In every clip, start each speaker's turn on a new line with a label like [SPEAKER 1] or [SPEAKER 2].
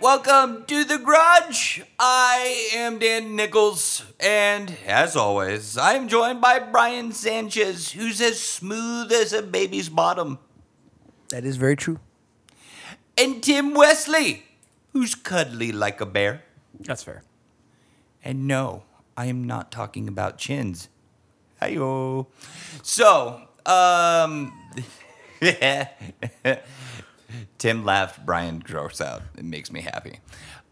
[SPEAKER 1] Welcome to the garage. I am Dan Nichols, and as always, I am joined by Brian Sanchez, who's as smooth as a baby's bottom,
[SPEAKER 2] That is very true.
[SPEAKER 1] and Tim Wesley, who's cuddly like a bear.
[SPEAKER 2] That's fair.
[SPEAKER 1] And no, I am not talking about chins. Hiyo. So, um, Tim laughed. Brian gross out. It makes me happy.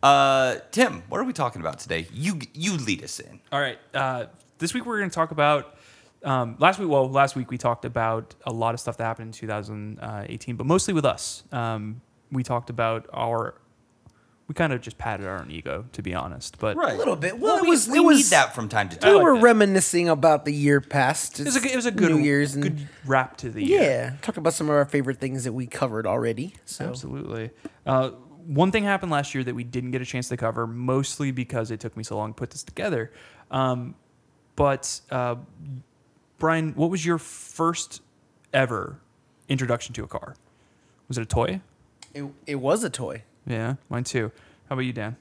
[SPEAKER 1] Uh, Tim, what are we talking about today? You you lead us in.
[SPEAKER 3] All right. Uh, this week we're going to talk about. Um, last week, well, last week we talked about a lot of stuff that happened in 2018, but mostly with us. Um, we talked about our. We kind of just patted our own ego, to be honest. But
[SPEAKER 2] A little bit. Well,
[SPEAKER 1] Well,
[SPEAKER 2] it was.
[SPEAKER 1] we,
[SPEAKER 2] it
[SPEAKER 1] we
[SPEAKER 2] was
[SPEAKER 1] need that from time to
[SPEAKER 2] We
[SPEAKER 1] time.
[SPEAKER 3] like
[SPEAKER 2] were
[SPEAKER 3] that.
[SPEAKER 2] reminiscing about the year past.
[SPEAKER 3] it was a, good- it was a good
[SPEAKER 2] New Year's and
[SPEAKER 3] good wrap to the
[SPEAKER 2] yeah.
[SPEAKER 3] year.
[SPEAKER 2] talk about some of our favorite things that we covered already. So
[SPEAKER 3] Absolutely. Uh, one thing happened last year that we didn't get a chance to cover, mostly because it took me so long to put this together. Um, but uh, Brian, what was your first ever introduction to a car? Was it a toy?
[SPEAKER 2] it, it was a toy.
[SPEAKER 3] Yeah, mine too. How about you, Dan?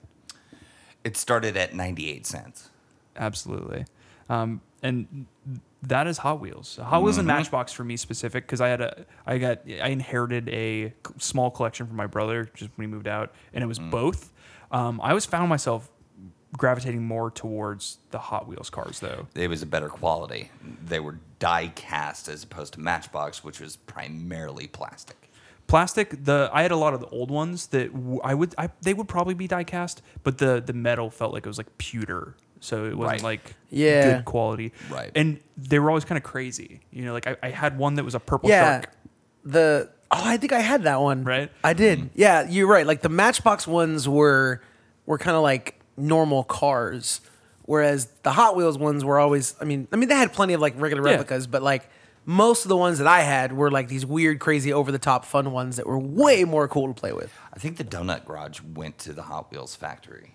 [SPEAKER 1] It started at ninety eight cents.
[SPEAKER 3] Absolutely. Um, and that is Hot Wheels. Hot Wheels and Matchbox for me specific because I had a I got I inherited a c- small collection from my brother just when he moved out, and it was both. Um, I always found myself gravitating more towards the Hot Wheels cars though.
[SPEAKER 1] It was a better quality. They were die cast as opposed to Matchbox, which was primarily plastic.
[SPEAKER 3] Plastic. The I had a lot of the old ones that w- I would I, they would probably be die cast, but the the metal felt like it was like pewter. So it wasn't
[SPEAKER 1] Right.
[SPEAKER 3] like
[SPEAKER 2] Yeah.
[SPEAKER 3] good quality,
[SPEAKER 1] Right.
[SPEAKER 3] And they were always kind of crazy, you know. Like I, I had one that was a purple
[SPEAKER 2] yeah,
[SPEAKER 3] shark.
[SPEAKER 2] the oh, I think I had that one.
[SPEAKER 3] Right? Mm-hmm.
[SPEAKER 2] I did. Yeah, you're right. Like the Matchbox ones were were kind of like normal cars, whereas the Hot Wheels ones were always. I mean, I mean they had plenty of like regular
[SPEAKER 3] Yeah.
[SPEAKER 2] replicas, but like. Most of the ones that I had were like these weird, crazy, over the top fun ones that were way more cool to play with.
[SPEAKER 1] I think the donut garage went to the Hot Wheels factory.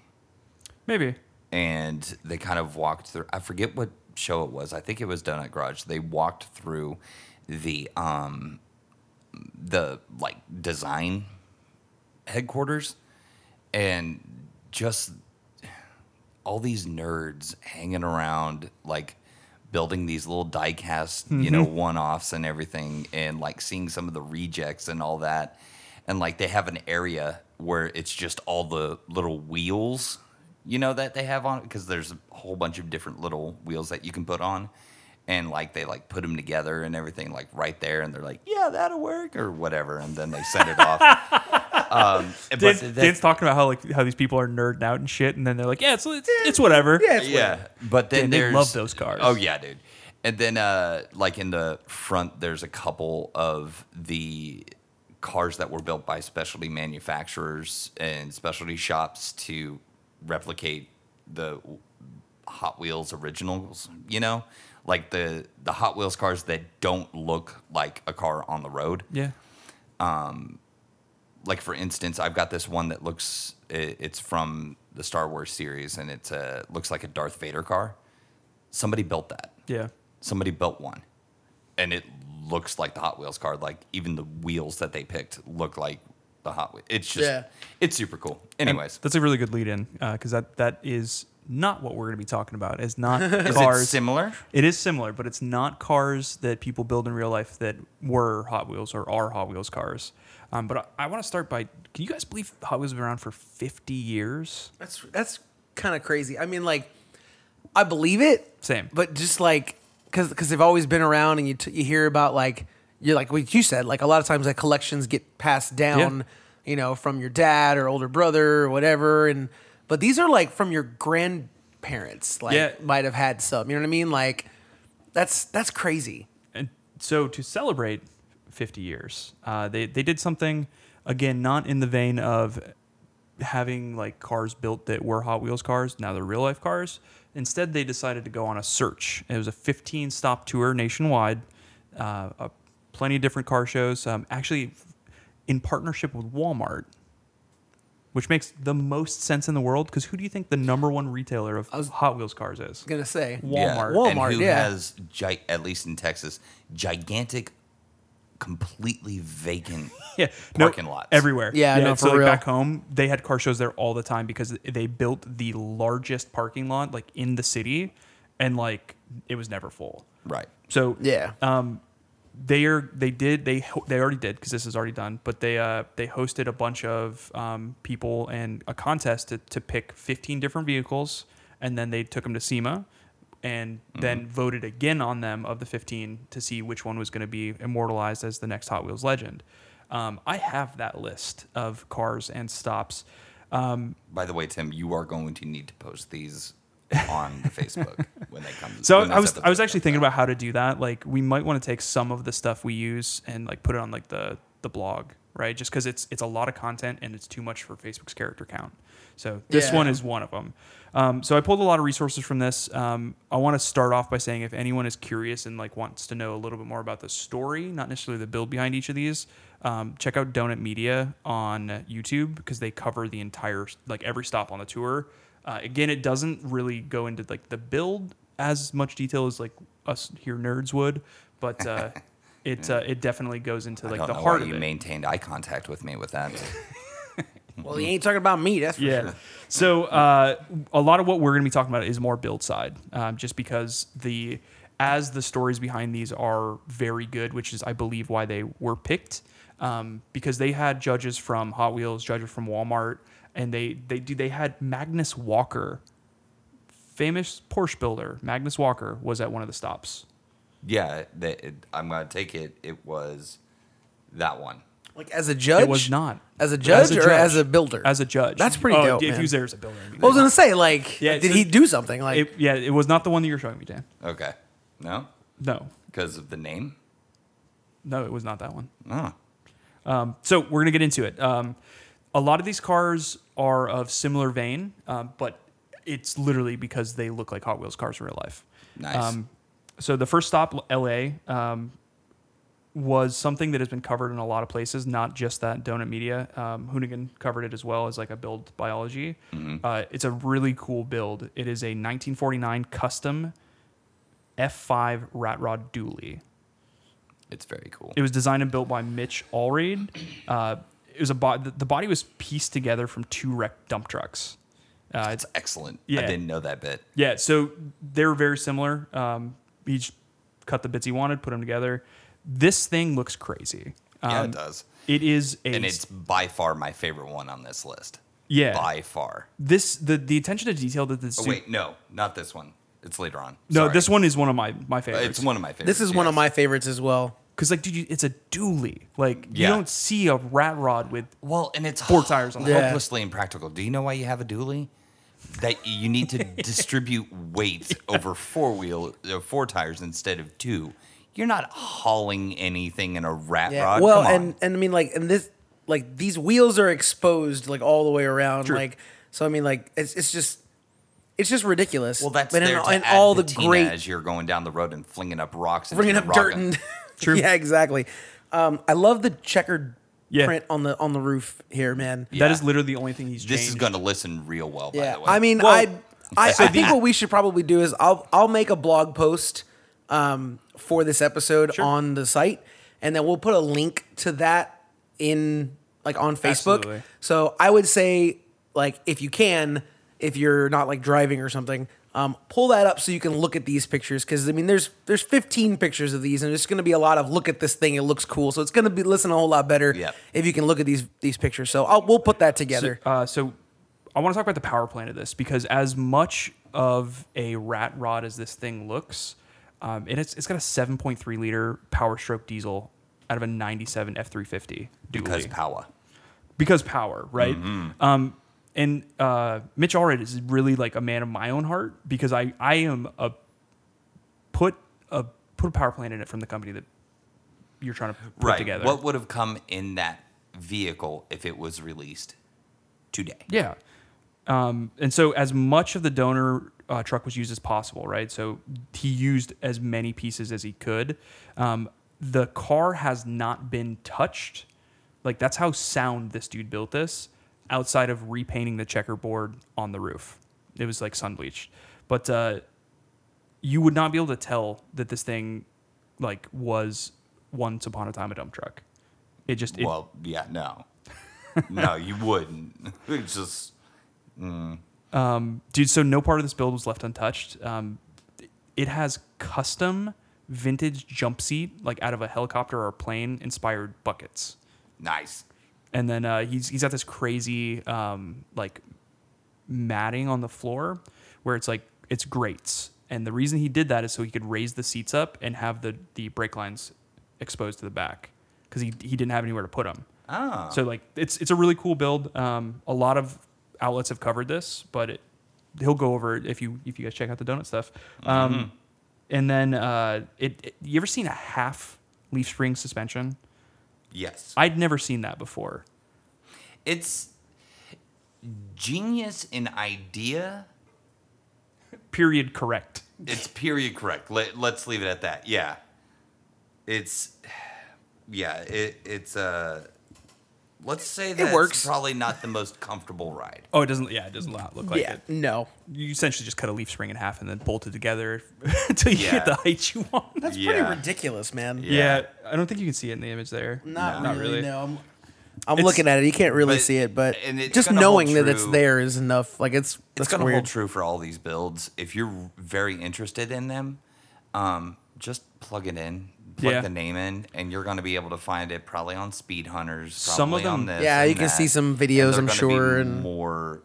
[SPEAKER 3] Maybe.
[SPEAKER 1] and they kind of walked through. I forget what show it was. I think it was Donut Garage. They walked through the um the like design headquarters and just all these nerds hanging around like building these little diecast you know one-offs and everything and like seeing some of the rejects and all that and like they have an area where it's just all the little wheels you know that they have on it because there's a whole bunch of different little wheels that you can put on and like they like put them together and everything like right there and they're like yeah that'll work or whatever and then they send it off um, but
[SPEAKER 3] Dan's,
[SPEAKER 1] that-
[SPEAKER 3] Dan's talking about how like how these people are nerding out and shit, and then they're like, yeah, it's it's, it's whatever.
[SPEAKER 2] Yeah, it's
[SPEAKER 1] yeah, but then
[SPEAKER 3] Dude, they
[SPEAKER 1] there's-
[SPEAKER 3] love those cars.
[SPEAKER 1] Oh yeah, dude. And then uh, like in the front, there's a couple of the cars that were built by specialty manufacturers and specialty shops to replicate the Hot Wheels originals. You know, like the the Hot Wheels cars that don't look like a car on the road
[SPEAKER 3] Yeah.
[SPEAKER 1] like for instance, I've got this one that looks i- it's from the Star Wars series and it's uh looks like a Darth Vader car. Somebody built that.
[SPEAKER 3] Yeah.
[SPEAKER 1] Somebody built one. And it looks like the Hot Wheels car, like even the wheels that they picked look like the Hot Wheels. It's just
[SPEAKER 2] Yeah.
[SPEAKER 1] it's super cool. Anyways,
[SPEAKER 3] That's a really good lead in because that that is not what we're going to be talking about. It's not
[SPEAKER 1] is
[SPEAKER 3] cars.
[SPEAKER 1] it similar?
[SPEAKER 3] It is similar, but it's not cars that people build in real life that were Hot Wheels or are Hot Wheels cars. Um, but I, I want to start by can you guys believe Hot Wheels has been around for 50 years?
[SPEAKER 2] That's that's kind of crazy. I mean, like, I believe it.
[SPEAKER 3] Same.
[SPEAKER 2] But just like, because because they've always been around, and you t- you hear about like you're like what you said. Like a lot of times, like collections get passed down, you know, from your dad or older brother or whatever. And but these are like from your grandparents. Like
[SPEAKER 3] Yeah.
[SPEAKER 2] might have had some. You know what I mean? Like that's that's crazy.
[SPEAKER 3] and so to celebrate 50 years, uh, they they did something again, not in the vein of having like cars built that were Hot Wheels cars. Now they're real life cars. Instead, they decided to go on a search. It was a 15 stop tour nationwide, uh, uh, plenty of different car shows. Um, actually, in partnership with Walmart. Which makes the most sense in the world because who do you think the number one retailer of Hot Wheels cars is?
[SPEAKER 2] gonna say
[SPEAKER 3] Walmart.
[SPEAKER 1] Yeah.
[SPEAKER 2] Walmart,
[SPEAKER 1] And who
[SPEAKER 2] yeah.
[SPEAKER 1] has gi- at least in Texas gigantic completely vacant.
[SPEAKER 3] yeah,
[SPEAKER 1] Parking lots.
[SPEAKER 3] everywhere.
[SPEAKER 2] Yeah, no,
[SPEAKER 3] so
[SPEAKER 2] for
[SPEAKER 3] like
[SPEAKER 2] real.
[SPEAKER 3] back home, they had car shows there all the time because they built the largest parking lot like in the city, and like it was never full.
[SPEAKER 1] right.
[SPEAKER 3] So
[SPEAKER 2] Yeah.
[SPEAKER 3] um, they are they did they ho- they already did because this is already done. But they uh they hosted a bunch of um people and a contest to to pick 15 different vehicles, and then they took them to SEMA. And then voted again on them of the 15 to see which one was going to be immortalized as the next Hot Wheels legend. Um, I have that list of cars and stops. Um,
[SPEAKER 1] By the way, Tim, you are going to need to post these on the Facebook when they come.
[SPEAKER 3] So
[SPEAKER 1] when
[SPEAKER 3] I
[SPEAKER 1] this
[SPEAKER 3] was I
[SPEAKER 1] episode
[SPEAKER 3] was actually
[SPEAKER 1] comes
[SPEAKER 3] thinking
[SPEAKER 1] out.
[SPEAKER 3] about how to do that. Like we might want to take some of the stuff we use and like put it on like the the blog, right? Just because it's it's a lot of content and it's too much for Facebook's character count. So this
[SPEAKER 2] Yeah.
[SPEAKER 3] one is one of them. Um, so I pulled a lot of resources from this. Um, I want to start off by saying if anyone is curious and like wants to know a little bit more about the story, not necessarily the build behind each of these, um, check out Donut Media on YouTube because they cover the entire like every stop on the tour. Uh, again, it doesn't really go into like the build as much detail as like us here nerds would, but uh, it uh, it definitely goes into
[SPEAKER 1] I
[SPEAKER 3] like
[SPEAKER 1] don't
[SPEAKER 3] the
[SPEAKER 1] know
[SPEAKER 3] heart
[SPEAKER 1] why
[SPEAKER 3] of
[SPEAKER 1] you
[SPEAKER 3] it.
[SPEAKER 1] maintained eye contact with me with that.
[SPEAKER 2] Well, he ain't talking about me. That's for
[SPEAKER 3] yeah.
[SPEAKER 2] sure.
[SPEAKER 3] So uh, a lot of what we're going to be talking about is more build side, um, just because the as the stories behind these are very good, which is I believe why they were picked, um, because they had judges from Hot Wheels, judges from Walmart, and they they do they had Magnus Walker, famous Porsche builder. Magnus Walker was at one of the stops.
[SPEAKER 1] yeah, that it, I'm gonna take it. It was that one.
[SPEAKER 2] Like as a judge,
[SPEAKER 3] It was not
[SPEAKER 2] as a judge or as a builder.
[SPEAKER 3] As a judge,
[SPEAKER 2] That's pretty
[SPEAKER 3] oh,
[SPEAKER 2] dope,
[SPEAKER 3] If
[SPEAKER 2] man.
[SPEAKER 3] he was there as a builder, it'd be
[SPEAKER 2] I was
[SPEAKER 3] great.
[SPEAKER 2] gonna say, like,
[SPEAKER 3] Yeah,
[SPEAKER 2] did
[SPEAKER 3] so-
[SPEAKER 2] he do something? Like,
[SPEAKER 3] It- yeah, it was not the one that you're showing me, Dan.
[SPEAKER 1] Okay, no,
[SPEAKER 3] No,
[SPEAKER 1] because of the name.
[SPEAKER 3] no, it was not that one.
[SPEAKER 1] Oh,
[SPEAKER 3] Um, so we're gonna get into it. Um, a lot of these cars are of similar vein, um, but it's literally because they look like Hot Wheels cars in real life.
[SPEAKER 1] Nice.
[SPEAKER 3] Um, so the first stop, L.A., um, was something that has been covered in a lot of places, not just that Donut Media. Um, Hoonigan covered it as well as like a build biology. Uh, it's a really cool build. It is a 1949 custom F5 Rat Rod Dually.
[SPEAKER 1] it's very cool.
[SPEAKER 3] It was designed and built by Mitch Allred. Uh, it was a bo- the the body was pieced together from two wrecked dump trucks. Uh, it's
[SPEAKER 1] It's excellent. I
[SPEAKER 3] Yeah.
[SPEAKER 1] didn't know that bit.
[SPEAKER 3] yeah, so they're very similar. Um, he just cut the bits he wanted, put them together. This thing looks crazy. Um,
[SPEAKER 1] Yeah, it does.
[SPEAKER 3] It is a
[SPEAKER 1] And it's by far my favorite one on this list.
[SPEAKER 3] yeah.
[SPEAKER 1] By far.
[SPEAKER 3] This the the attention to detail that this
[SPEAKER 1] Oh, wait, no, not this one. It's later on.
[SPEAKER 3] no
[SPEAKER 1] Sorry.
[SPEAKER 3] this one is one of my my favorites.
[SPEAKER 1] It's one of my favorites.
[SPEAKER 2] this is one of
[SPEAKER 1] yes.
[SPEAKER 2] my favorites as well.
[SPEAKER 3] because like dude, you, it's a dually. Like
[SPEAKER 1] Yeah.
[SPEAKER 3] you don't see a rat rod with
[SPEAKER 1] Well, and it's
[SPEAKER 3] Four tires on the
[SPEAKER 2] Yeah.
[SPEAKER 1] hopelessly impractical. Do you know why you have a dually? That you need to distribute weight over four wheel, uh, four tires instead of two. You're not hauling anything in a rat
[SPEAKER 2] Yeah.
[SPEAKER 1] rod.
[SPEAKER 2] well,
[SPEAKER 1] Come on.
[SPEAKER 2] and and I mean, like, and this, like, these wheels are exposed like all the way around.
[SPEAKER 3] True.
[SPEAKER 2] Like, so I mean, like, it's it's just. It's just ridiculous.
[SPEAKER 1] well, that's
[SPEAKER 2] But in-
[SPEAKER 1] there to
[SPEAKER 2] in
[SPEAKER 1] add patina as you're going down the road and flinging up rocks, and
[SPEAKER 2] bringing
[SPEAKER 1] you're
[SPEAKER 2] up dirt
[SPEAKER 1] rocking.
[SPEAKER 2] and
[SPEAKER 3] True.
[SPEAKER 2] yeah, exactly. Um, I love the checkered
[SPEAKER 3] Yeah.
[SPEAKER 2] print on the on the roof here, man.
[SPEAKER 1] Yeah.
[SPEAKER 3] that is literally the only thing he's
[SPEAKER 1] This is
[SPEAKER 3] changed.
[SPEAKER 1] going to listen real well. By
[SPEAKER 2] Yeah,
[SPEAKER 1] the way,
[SPEAKER 2] I mean,
[SPEAKER 3] Well-
[SPEAKER 2] I, I, I think what we should probably do is I'll I'll make a blog post um, for this episode
[SPEAKER 3] Sure.
[SPEAKER 2] on the site, and then we'll put a link to that in like on Facebook.
[SPEAKER 3] Absolutely.
[SPEAKER 2] So I would say like if you can, if you're not like driving or something. Um, pull that up so you can look at these pictures because I mean there's there's 15 pictures of these and it's going to be a lot of look at this thing it looks cool so it's going to be listen a whole lot better
[SPEAKER 1] Yep.
[SPEAKER 2] if you can look at these these pictures so I'll, we'll put that together
[SPEAKER 3] Uh, so I want to talk about the power plant of this because as much of a rat rod as this thing looks, um, and it's it's got a 7.3 liter power stroke diesel out of a 97 F350
[SPEAKER 1] because Mm-hmm.
[SPEAKER 3] dually.
[SPEAKER 1] power.
[SPEAKER 3] because power, right? Um, and uh, Mitch Allred is really like a man of my own heart because I I am a put a put a power plant in it from the company that you're trying to put
[SPEAKER 1] right.
[SPEAKER 3] together.
[SPEAKER 1] What would have come in that vehicle if it was released today?
[SPEAKER 3] Yeah. Um, and so, as much of the donor uh, truck was used as possible, right? So, he used as many pieces as he could. Um, the car has not been touched. Like, that's how sound this dude built this outside of repainting the checkerboard on the roof. It was like sun bleached. But uh, you would not be able to tell that this thing like was once upon a time a dump truck. It just it,
[SPEAKER 1] well, yeah, no, no, you wouldn't. It's just
[SPEAKER 3] Um, dude. So no part of this build was left untouched. Um, it has custom vintage jump seat like out of a helicopter or a plane inspired buckets.
[SPEAKER 1] nice.
[SPEAKER 3] and then uh, he's he's got this crazy um, like matting on the floor where it's like it's grates, and the reason he did that is so he could raise the seats up and have the the brake lines exposed to the back because he he didn't have anywhere to put them.
[SPEAKER 1] Ah.
[SPEAKER 3] So like it's it's a really cool build. Um, a lot of outlets have covered this, but it, he'll go over it if you if you guys check out the donut stuff. Um, And then uh, it, it you ever seen a half leaf spring suspension?
[SPEAKER 1] Yes.
[SPEAKER 3] I'd never seen that before.
[SPEAKER 1] It's genius in idea.
[SPEAKER 3] period correct.
[SPEAKER 1] It's period correct. Let, let's leave it at that. Yeah. It's yeah, it, it's uh let's say that
[SPEAKER 2] works.
[SPEAKER 1] probably not the most comfortable ride.
[SPEAKER 3] Oh, it doesn't. Yeah, it doesn't lo- look like
[SPEAKER 2] yeah,
[SPEAKER 3] it.
[SPEAKER 2] no.
[SPEAKER 3] You essentially just cut a leaf spring in half and then bolt it together until you
[SPEAKER 1] Yeah.
[SPEAKER 3] get the height you want.
[SPEAKER 2] That's
[SPEAKER 1] Yeah.
[SPEAKER 2] pretty ridiculous, man.
[SPEAKER 1] Yeah.
[SPEAKER 3] Yeah. I don't think you can see it in the image there.
[SPEAKER 2] Not,
[SPEAKER 1] No.
[SPEAKER 2] really,
[SPEAKER 3] Not really.
[SPEAKER 2] No, I'm, I'm
[SPEAKER 3] It's-
[SPEAKER 2] looking at it. You can't really
[SPEAKER 1] but-
[SPEAKER 2] see it, but
[SPEAKER 1] and it's
[SPEAKER 2] just
[SPEAKER 1] gonna hold
[SPEAKER 2] knowing that it's
[SPEAKER 1] true.
[SPEAKER 2] there is enough. Like it's
[SPEAKER 1] It's
[SPEAKER 2] that's
[SPEAKER 1] gonna
[SPEAKER 2] weird.
[SPEAKER 1] hold true for all these builds. If you're very interested in them, um, just plug it in, plug
[SPEAKER 3] Yeah.
[SPEAKER 1] the name in, and you're gonna be able to find it probably on Speed Hunters.
[SPEAKER 3] Some of
[SPEAKER 1] probably on
[SPEAKER 3] them-
[SPEAKER 1] this
[SPEAKER 2] Yeah, you
[SPEAKER 1] and
[SPEAKER 2] can
[SPEAKER 1] that.
[SPEAKER 2] see some
[SPEAKER 1] And
[SPEAKER 2] videos,
[SPEAKER 1] they're gonna
[SPEAKER 2] I'm
[SPEAKER 1] be
[SPEAKER 2] sure, and-
[SPEAKER 1] more.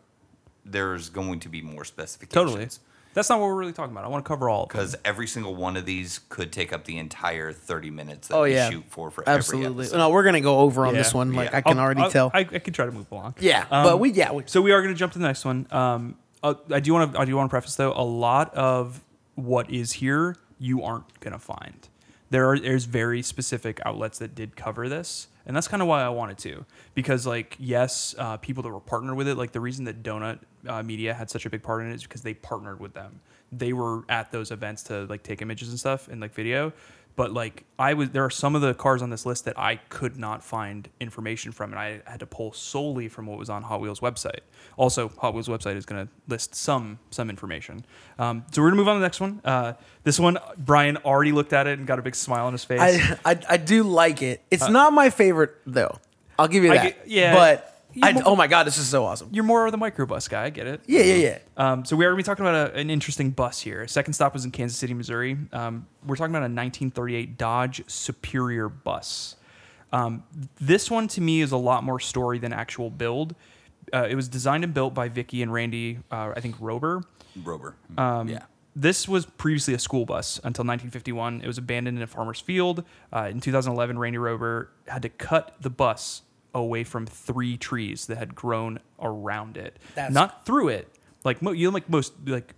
[SPEAKER 1] There's going to be more specifications.
[SPEAKER 3] Totally. That's not what we're really talking about. I want to cover all. of them.
[SPEAKER 1] because every single one of these could take up the entire 30 minutes that
[SPEAKER 2] Oh
[SPEAKER 1] we
[SPEAKER 2] yeah,
[SPEAKER 1] shoot for for every
[SPEAKER 2] absolutely.
[SPEAKER 1] episode.
[SPEAKER 2] No, we're gonna go over on
[SPEAKER 3] Yeah.
[SPEAKER 2] this one. Like
[SPEAKER 1] Yeah.
[SPEAKER 2] I can
[SPEAKER 3] I'll-
[SPEAKER 2] already
[SPEAKER 3] I'll-
[SPEAKER 2] tell.
[SPEAKER 3] I, I can try to move along.
[SPEAKER 2] yeah,
[SPEAKER 3] Um,
[SPEAKER 2] but we yeah we,
[SPEAKER 3] So we are going to jump to the next one. Um, uh, I do want to. I do want to preface though. A lot of what is here, you aren't going to find. There are there's very specific outlets that did cover this, and that's kind of why I wanted to because like yes, uh, people that were partnered with it, like the reason that Donut uh, Media had such a big part in it is because they partnered with them. They were at those events to like take images and stuff and like video. But like I was, there are some of the cars on this list that I could not find information from, and I had to pull solely from what was on Hot Wheels website. Also, Hot Wheels website is going to list some some information. Um, so we're gonna move on to the next one. Uh, this one, Brian already looked at it and got a big smile on his face.
[SPEAKER 2] I, I I do like it. It's not my favorite though. I'll give you
[SPEAKER 3] Uh, I
[SPEAKER 2] that.
[SPEAKER 3] get- yeah.
[SPEAKER 2] but
[SPEAKER 3] You
[SPEAKER 2] I,
[SPEAKER 3] mo-
[SPEAKER 2] oh my god, this is so awesome.
[SPEAKER 3] You're more of the microbus guy. I get it.
[SPEAKER 2] Yeah, yeah, yeah.
[SPEAKER 3] Um, so we are going to be talking about a, an interesting bus here. Second stop was in Kansas City, Missouri. Um, we're talking about a 1938 Dodge Superior bus. Um, this one to me is a lot more story than actual build. Uh, it was designed and built by Vicky and Randy, uh, I think Rober.
[SPEAKER 1] Rober. Mm,
[SPEAKER 3] Um,
[SPEAKER 1] yeah.
[SPEAKER 3] This was previously a school bus until 1951. It was abandoned in a farmer's field. Uh, in 2011, Randy Rover had to cut the bus away from three trees that had grown around it,
[SPEAKER 2] That's-
[SPEAKER 3] not through it. Like mo- you know, like most like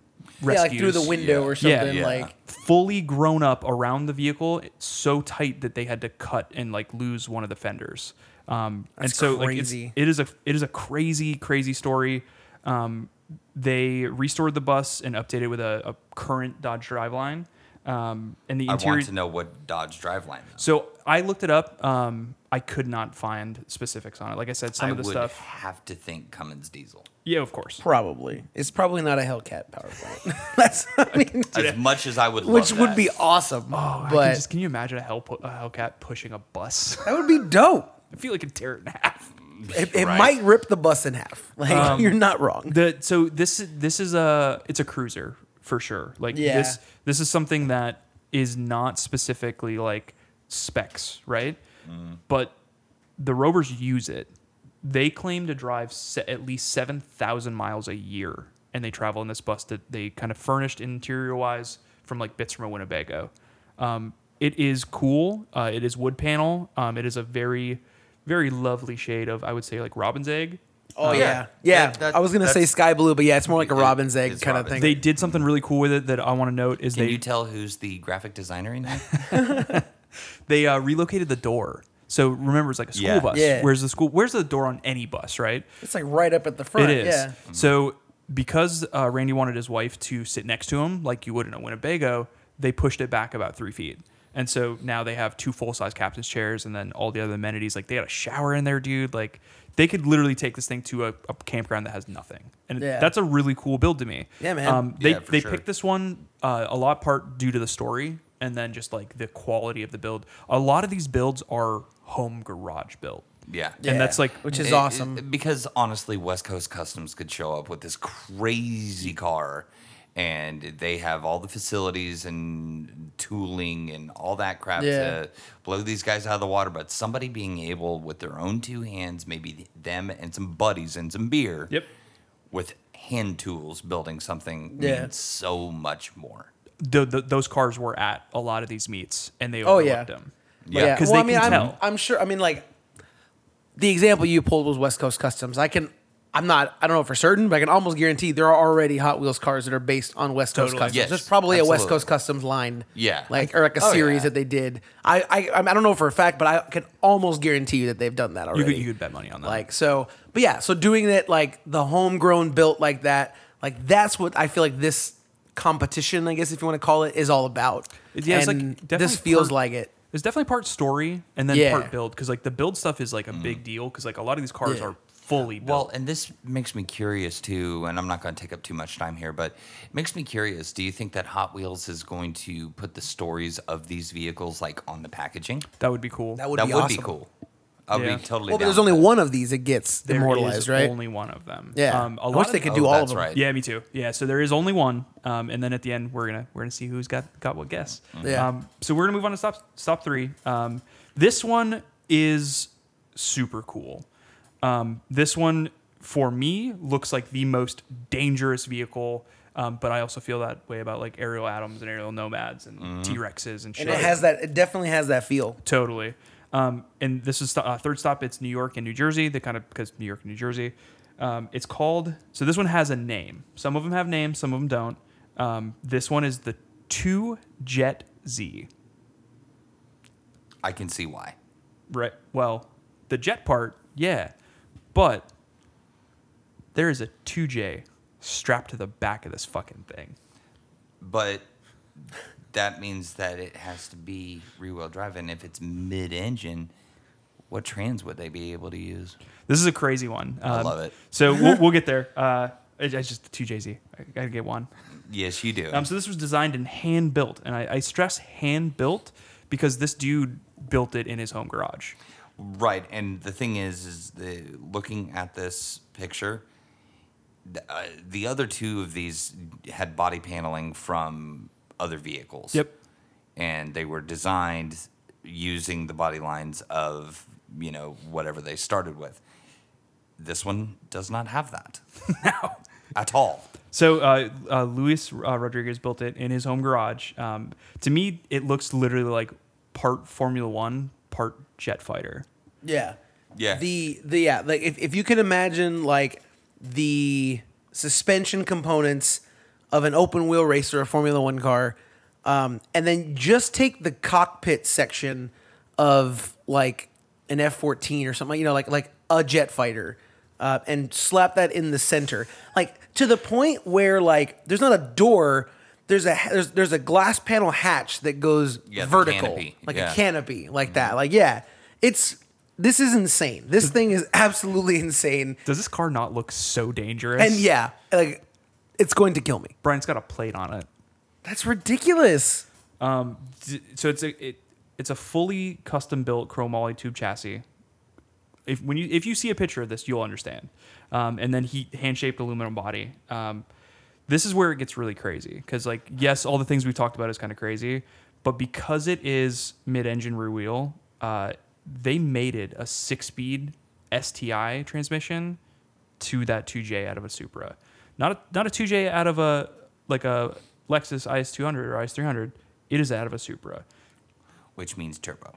[SPEAKER 2] Yeah,
[SPEAKER 3] rescues,
[SPEAKER 2] like through the window
[SPEAKER 1] yeah.
[SPEAKER 2] or something.
[SPEAKER 1] Yeah.
[SPEAKER 2] Like
[SPEAKER 3] fully grown up around the vehicle, it's so tight that they had to cut and like lose one of the fenders. Um, and so
[SPEAKER 2] crazy.
[SPEAKER 3] like it's, it is a it is a crazy crazy story. Um, they restored the bus and updated it with a, a current Dodge driveline. Um, and the
[SPEAKER 1] I
[SPEAKER 3] interior.
[SPEAKER 1] want to know what Dodge driveline. is.
[SPEAKER 3] so I looked it up. Um, I could not find specifics on it. Like I said, some
[SPEAKER 1] I
[SPEAKER 3] of the
[SPEAKER 1] would
[SPEAKER 3] stuff.
[SPEAKER 1] have to think Cummins diesel.
[SPEAKER 3] Yeah, of course.
[SPEAKER 2] probably it's probably not a Hellcat power plant. That's I mean,
[SPEAKER 1] As much as I would love
[SPEAKER 2] which would
[SPEAKER 1] that.
[SPEAKER 2] be awesome.
[SPEAKER 3] Oh, I can
[SPEAKER 2] but
[SPEAKER 3] just- can you imagine a, hell, a Hellcat pushing a bus?
[SPEAKER 2] that would be dope.
[SPEAKER 3] I feel like it'd tear it in half.
[SPEAKER 2] It, it
[SPEAKER 1] Right.
[SPEAKER 2] might rip the bus in half. Like
[SPEAKER 3] Um,
[SPEAKER 2] you're not wrong.
[SPEAKER 3] The so this this is a it's a cruiser for sure. Like
[SPEAKER 2] Yeah.
[SPEAKER 3] this this is something that is not specifically like specs, right? But the Rovers use it. They claim to drive se- at least seven thousand miles a year, and they travel in this bus that they kind of furnished interior wise from like bits from a Winnebago. Um, it is cool. Uh, it is wood panel. Um, it is a very very lovely shade of I would say like robin's egg.
[SPEAKER 2] Oh
[SPEAKER 3] um,
[SPEAKER 2] yeah, yeah.
[SPEAKER 1] That- that-
[SPEAKER 2] I was gonna say
[SPEAKER 1] that's-
[SPEAKER 2] sky blue, but yeah, it's more like a
[SPEAKER 1] It-
[SPEAKER 2] robin's egg
[SPEAKER 1] it's
[SPEAKER 2] kind of
[SPEAKER 1] robin's
[SPEAKER 2] thing.
[SPEAKER 3] They did something really cool with it that I want to note is
[SPEAKER 1] Can
[SPEAKER 3] they
[SPEAKER 1] you tell who's the graphic designer in here?
[SPEAKER 3] they uh, relocated the door. So remember, it's like a school
[SPEAKER 1] Yeah.
[SPEAKER 3] bus.
[SPEAKER 2] Yeah.
[SPEAKER 3] Where's the school? Where's the door on any bus, right?
[SPEAKER 2] it's like right up at the front.
[SPEAKER 3] It is.
[SPEAKER 2] Yeah.
[SPEAKER 3] So because uh, Randy wanted his wife to sit next to him, like you would in a Winnebago, they pushed it back about three feet. And so now they have two full size captain's chairs and then all the other amenities. Like they had a shower in there, dude. Like they could literally take this thing to a, a campground that has nothing. And
[SPEAKER 2] Yeah.
[SPEAKER 3] that's a really cool build to me.
[SPEAKER 2] Yeah, man.
[SPEAKER 3] Um, they
[SPEAKER 1] Yeah, for
[SPEAKER 3] they
[SPEAKER 1] sure.
[SPEAKER 3] picked this one uh, a lot part due to the story. and then just like the quality of the build. A lot of these builds are home garage built.
[SPEAKER 1] Yeah.
[SPEAKER 3] And that's like
[SPEAKER 2] which is
[SPEAKER 1] It- it-
[SPEAKER 2] awesome.
[SPEAKER 1] because honestly, West Coast Customs could show up with this crazy car and they have all the facilities and tooling and all that crap
[SPEAKER 2] Yeah.
[SPEAKER 1] to blow these guys out of the water. But somebody being able, with their own two hands, maybe them and some buddies and some beer,
[SPEAKER 3] Yep.
[SPEAKER 1] with hand tools building something
[SPEAKER 2] Yeah.
[SPEAKER 1] means so much more.
[SPEAKER 3] the, the, those cars were at a lot of these meets and they
[SPEAKER 2] Oh,
[SPEAKER 3] overlooked
[SPEAKER 2] yeah.
[SPEAKER 3] them.
[SPEAKER 1] Yeah.
[SPEAKER 2] yeah.
[SPEAKER 3] 'cause
[SPEAKER 2] well, I
[SPEAKER 3] they
[SPEAKER 2] mean,
[SPEAKER 3] can
[SPEAKER 2] I'm,
[SPEAKER 3] tell.
[SPEAKER 2] I'm sure. I mean, like the example you pulled was West Coast Customs. I can. I'm not. I don't know for certain, but I can almost guarantee there are already Hot Wheels cars that are based on West Coast
[SPEAKER 3] Totally.
[SPEAKER 2] Customs.
[SPEAKER 1] Yes,
[SPEAKER 2] There's probably a West
[SPEAKER 1] absolutely.
[SPEAKER 2] Coast Customs line.
[SPEAKER 1] Yeah.
[SPEAKER 2] Like or like a
[SPEAKER 1] Oh,
[SPEAKER 2] series
[SPEAKER 1] yeah.
[SPEAKER 2] that they did. I, I I don't know for a fact, but I can almost guarantee you that they've done that
[SPEAKER 3] You
[SPEAKER 2] already.
[SPEAKER 3] could, you could bet money on that.
[SPEAKER 2] Like so, but yeah, so doing it like the homegrown built like that, like that's what I feel like this competition, I guess if you want to call it, is all about.
[SPEAKER 3] Yeah, it's, like,
[SPEAKER 2] And
[SPEAKER 3] definitely
[SPEAKER 2] this feels
[SPEAKER 3] part-
[SPEAKER 2] like it.
[SPEAKER 3] There's definitely part story and then
[SPEAKER 2] Yeah.
[SPEAKER 3] part build because like the build stuff is like a big deal because like a lot of these cars
[SPEAKER 2] Yeah.
[SPEAKER 3] are fully built.
[SPEAKER 1] Well, and this makes me curious too, and I'm not going to take up too much time here, but it makes me curious. Do you think that Hot Wheels is going to put the stories of these vehicles like on the packaging?
[SPEAKER 3] that would be cool.
[SPEAKER 2] That would
[SPEAKER 1] that
[SPEAKER 2] be
[SPEAKER 1] would
[SPEAKER 2] awesome.
[SPEAKER 1] be cool. I would
[SPEAKER 3] Yeah.
[SPEAKER 1] be totally.
[SPEAKER 2] Well, but
[SPEAKER 1] down
[SPEAKER 2] there's
[SPEAKER 1] with
[SPEAKER 2] only
[SPEAKER 1] that.
[SPEAKER 2] one of these that gets
[SPEAKER 3] There
[SPEAKER 2] immortalized,
[SPEAKER 3] is
[SPEAKER 2] right?
[SPEAKER 3] Only one of them.
[SPEAKER 2] Yeah.
[SPEAKER 3] Um,
[SPEAKER 2] I
[SPEAKER 3] a
[SPEAKER 2] wish
[SPEAKER 3] lot of
[SPEAKER 2] they
[SPEAKER 3] the-
[SPEAKER 2] could
[SPEAKER 1] Oh,
[SPEAKER 2] do all of
[SPEAKER 1] that's
[SPEAKER 2] them.
[SPEAKER 1] right.
[SPEAKER 3] Yeah, me too. Yeah, so there is only one, um, and then at the end we're gonna we're gonna see who's got got what guess.
[SPEAKER 2] Yeah.
[SPEAKER 3] Um, so we're gonna move on to stop stop three. Um, this one is super cool. Um, this one for me looks like the most dangerous vehicle. Um, but I also feel that way about like aerial atoms and aerial nomads and T Rexes and shit.
[SPEAKER 2] And it has that. It definitely has that feel.
[SPEAKER 3] Totally. Um, and this is uh, third stop. It's New York and New Jersey. They kind of because New York and New Jersey. Um, it's called. So this one has a name. Some of them have names. Some of them don't. Um, this one is the two jet Z.
[SPEAKER 1] I can see why.
[SPEAKER 3] Right. Well, the jet part, yeah, but there is a two J strapped to the back of this fucking thing.
[SPEAKER 1] But that means that it has to be rear wheel drive, and if it's mid engine, what trans would they be able to use?
[SPEAKER 3] This is a crazy one.
[SPEAKER 1] I
[SPEAKER 3] Um,
[SPEAKER 1] love it.
[SPEAKER 3] So we'll, we'll get there. Uh, it's it's just two J Z. I gotta get one.
[SPEAKER 1] Yes, you do.
[SPEAKER 3] Um, so this was designed and hand built, and I, I stress hand built because this dude built it in his home garage.
[SPEAKER 1] Right, and the thing is, is the looking at this picture, th- uh, the other two of these had body paneling from other vehicles.
[SPEAKER 3] Yep.
[SPEAKER 1] and they were designed using the body lines of you know whatever they started with. This one does not have that, no, at all.
[SPEAKER 3] So uh, uh, Luis uh, Rodriguez built it in his home garage. Um, to me, it looks literally like part Formula One, part jet fighter.
[SPEAKER 2] Yeah.
[SPEAKER 1] Yeah.
[SPEAKER 2] The the yeah, like if, if you can imagine like the suspension components of an open wheel race or a Formula One car, um, and then just take the cockpit section of like an F fourteen or something, you know, like like a jet fighter, uh, and slap that in the center, like to the point where like there's not a door. There's a there's, there's a glass panel hatch that goes
[SPEAKER 1] Yeah, the
[SPEAKER 2] vertical,
[SPEAKER 1] canopy.
[SPEAKER 2] like a
[SPEAKER 1] Yeah. Mm-hmm.
[SPEAKER 2] canopy canopy like that. Like, yeah, it's this is insane. This thing is absolutely insane.
[SPEAKER 3] Does this car not look so dangerous?
[SPEAKER 2] And yeah, like it's going to kill me.
[SPEAKER 3] Brian's got a plate on it. Um,
[SPEAKER 2] That's ridiculous.
[SPEAKER 3] d- so it's a it, it's a fully custom built chromoly tube chassis. If when you if you see a picture of this, you'll understand. Um, and then he hand shaped aluminum body. Um, this is where it gets really crazy because like yes, all the things we've talked about is kind of crazy, but because it is mid engine rear wheel, uh, they mated a six speed STI transmission to that 2J out of a Supra. Not a, not a 2J out of a like a Lexus IS200 or IS300. It is out of a Supra,
[SPEAKER 1] Which means turbo.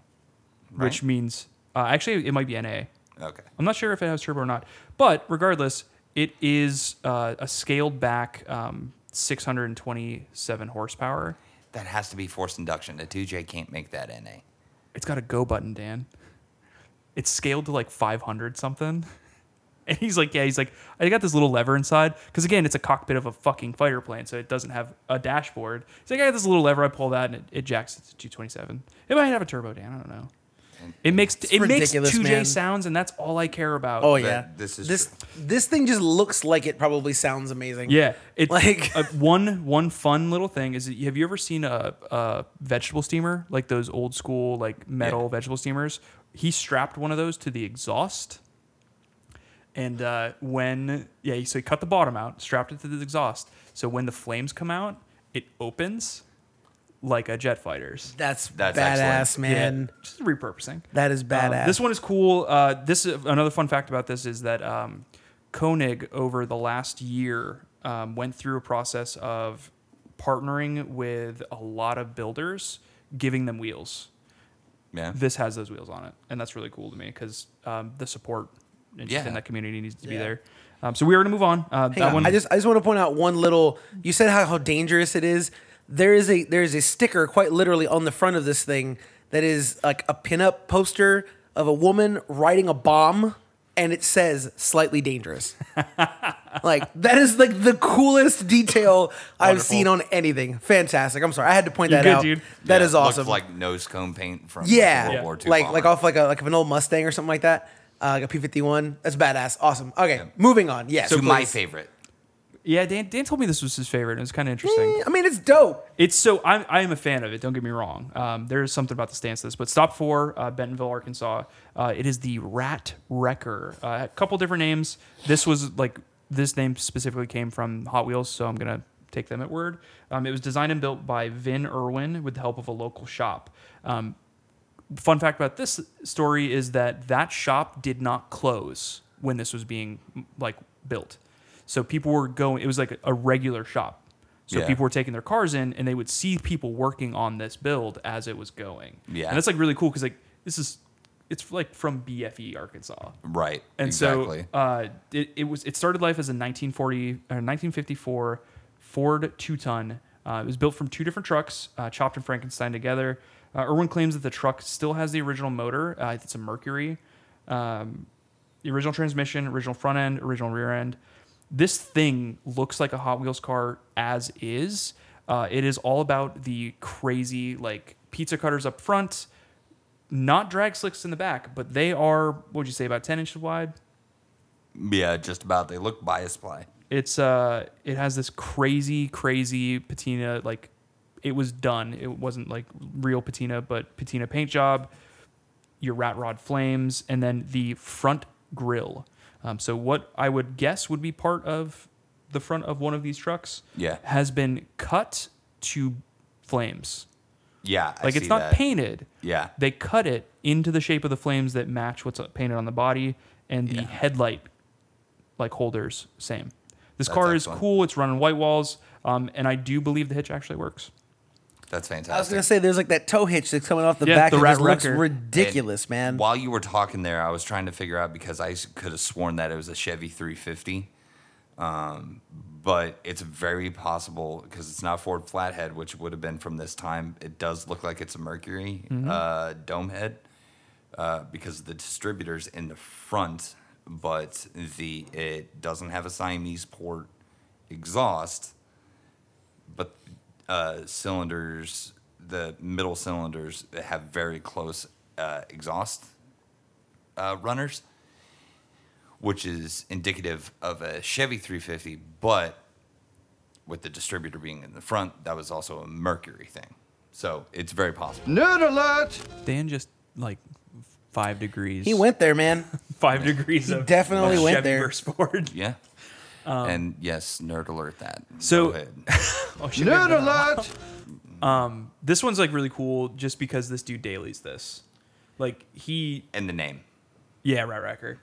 [SPEAKER 3] which means uh, actually it might be NA.
[SPEAKER 1] Okay.
[SPEAKER 3] I'm not sure if it has turbo or not, but regardless, it is uh, a scaled back um, 627 horsepower.
[SPEAKER 1] That has to be forced induction. A 2J can't make that NA.
[SPEAKER 3] It's got a go button, Dan. It's scaled to like 500 something. And he's like, yeah, he's like, I got this little lever inside. Because again, it's a cockpit of a fucking fighter plane, so it doesn't have a dashboard. He's like, I got this little lever, I pull that, and it, it jacks it to 227. It might have a turbo, Dan. I don't know. It makes it makes
[SPEAKER 2] ridiculous,
[SPEAKER 3] 2J
[SPEAKER 2] man.
[SPEAKER 3] sounds, and that's all I care about.
[SPEAKER 2] Oh
[SPEAKER 1] That-
[SPEAKER 2] yeah,
[SPEAKER 1] this is
[SPEAKER 2] this this thing just looks like it probably sounds amazing.
[SPEAKER 3] Yeah, it's
[SPEAKER 2] Like-
[SPEAKER 3] like one one fun little thing is have you ever seen a, a vegetable steamer like those old school like metal vegetable steamers? He strapped one of those to the exhaust, and uh, when yeah, so he cut the bottom out, strapped it to the exhaust. So when the flames come out, it opens like a jet fighter's.
[SPEAKER 2] that's
[SPEAKER 1] That's
[SPEAKER 2] badass,
[SPEAKER 1] excellent.
[SPEAKER 2] man.
[SPEAKER 3] Yeah, just repurposing.
[SPEAKER 2] That is
[SPEAKER 3] Um,
[SPEAKER 2] badass.
[SPEAKER 3] this one is cool. Uh, this is another fun fact about this is that um, Koenig over the last year um, went through a process of partnering with a lot of builders, giving them wheels.
[SPEAKER 1] yeah.
[SPEAKER 3] This has those wheels on it, and that's really cool to me because um, the support in,
[SPEAKER 1] Yeah.
[SPEAKER 3] in that community needs to be
[SPEAKER 2] Yeah.
[SPEAKER 3] there. Um, so we are going to move on. Uh,
[SPEAKER 2] Hang
[SPEAKER 3] that
[SPEAKER 2] on,
[SPEAKER 3] one,
[SPEAKER 2] I just I just want to point out one little. You said how, how dangerous it is. There is a there is a sticker quite literally on the front of this thing that is like a pinup poster of a woman riding a bomb, and it says "slightly dangerous." like that is like the coolest detail I've
[SPEAKER 1] Wonderful.
[SPEAKER 2] seen on anything. Fantastic. I'm sorry, I had to point that
[SPEAKER 3] good,
[SPEAKER 2] out.
[SPEAKER 3] dude.
[SPEAKER 2] That
[SPEAKER 1] Yeah,
[SPEAKER 2] is
[SPEAKER 1] it looked
[SPEAKER 2] awesome.
[SPEAKER 1] Like nose cone paint from
[SPEAKER 2] yeah,
[SPEAKER 1] World
[SPEAKER 2] yeah.
[SPEAKER 1] War II.
[SPEAKER 2] like like
[SPEAKER 1] bomber.
[SPEAKER 2] off like a like of an old Mustang or something like that. Uh, like a P fifty one. That's badass. Awesome. Okay, moving on. Yes.
[SPEAKER 1] to my
[SPEAKER 2] please.
[SPEAKER 1] favorite.
[SPEAKER 3] yeah, Dan, Dan told me this was his favorite. and It was kind of interesting.
[SPEAKER 2] I mean, it's dope.
[SPEAKER 3] It's so I'm I am a fan of it. Don't get me wrong. Um, there is something about the stance of this, but stop four, uh, Bentonville, Arkansas. Uh, it is the Rat Wrecker. Uh, a couple different names. This was like this name specifically came from Hot Wheels, so I'm gonna take them at word. Um, it was designed and built by Vin Irwin with the help of a local shop. Um, fun fact about this story is that that shop did not close when this was being like built. So people were going. It was like a regular shop. So
[SPEAKER 1] Yeah.
[SPEAKER 3] people were taking their cars in, and they would see people working on this build as it was going.
[SPEAKER 1] Yeah.
[SPEAKER 3] and that's like really cool because like this is, it's like from BFE Arkansas.
[SPEAKER 1] Right.
[SPEAKER 3] And
[SPEAKER 1] exactly.
[SPEAKER 3] so uh, it, it was it started life as a 1940 or 1954 Ford two ton. Uh, it was built from two different trucks, uh, chopped and Frankenstein together. Uh, Irwin claims that the truck still has the original motor. Uh, it's a Mercury. Um, the original transmission, original front end, original rear end. This thing looks like a Hot Wheels car as is. Uh, it is all about the crazy like pizza cutters up front, not drag slicks in the back, but they are what would you say about ten inches wide?
[SPEAKER 1] yeah, just about. They look bias ply.
[SPEAKER 3] It's uh, it has this crazy, crazy patina. Like it was done. It wasn't like real patina, but patina paint job. Your rat rod flames, and then the front grill. Um, so what I would guess would be part of the front of one of these trucks.
[SPEAKER 1] Yeah.
[SPEAKER 3] has been cut to flames.
[SPEAKER 1] Yeah, I
[SPEAKER 3] Like
[SPEAKER 1] see
[SPEAKER 3] it's not
[SPEAKER 1] that.
[SPEAKER 3] painted.
[SPEAKER 1] Yeah.
[SPEAKER 3] They cut it into the shape of the flames that match what's painted on the body and the
[SPEAKER 1] Yeah.
[SPEAKER 3] headlight like holders same.
[SPEAKER 1] That's
[SPEAKER 3] This car
[SPEAKER 1] excellent.
[SPEAKER 3] is cool. It's running white walls, um, and I do believe the hitch actually works.
[SPEAKER 1] That's fantastic.
[SPEAKER 2] I was gonna say there's like that toe hitch that's coming off the
[SPEAKER 3] Yeah,
[SPEAKER 2] back.
[SPEAKER 3] the
[SPEAKER 2] that
[SPEAKER 3] rat
[SPEAKER 2] just looks
[SPEAKER 3] wrecker.
[SPEAKER 2] ridiculous, man.
[SPEAKER 1] While you were talking there, I was trying to figure out because I could have sworn that it was a Chevy 350. Um, but it's very possible because it's not Ford Flathead, which would have been from this time. It does look like it's a Mercury uh, dome head uh, because the distributor's in the front, but the it doesn't have a Siamese port exhaust, but uh, cylinders, the middle cylinders have very close uh, exhaust uh, runners, which is indicative of a Chevy 350, but with the distributor being in the front, that was also a Mercury thing. So it's very possible.
[SPEAKER 4] Nerd alert!
[SPEAKER 3] Dan just like five degrees.
[SPEAKER 2] he went there, man.
[SPEAKER 3] five degrees. He of
[SPEAKER 2] definitely
[SPEAKER 3] of
[SPEAKER 2] went
[SPEAKER 3] Chevy
[SPEAKER 2] there.
[SPEAKER 3] versus Ford.
[SPEAKER 1] Yeah. and yes, nerd alert that.
[SPEAKER 3] Um, So-
[SPEAKER 1] Go ahead.
[SPEAKER 3] Oh, shit, we
[SPEAKER 4] Nerd
[SPEAKER 3] haven't done that.
[SPEAKER 4] alert!
[SPEAKER 3] This one's like really cool just because this dude dailies this. Like he
[SPEAKER 1] and the name.
[SPEAKER 3] Yeah, Rat Racker.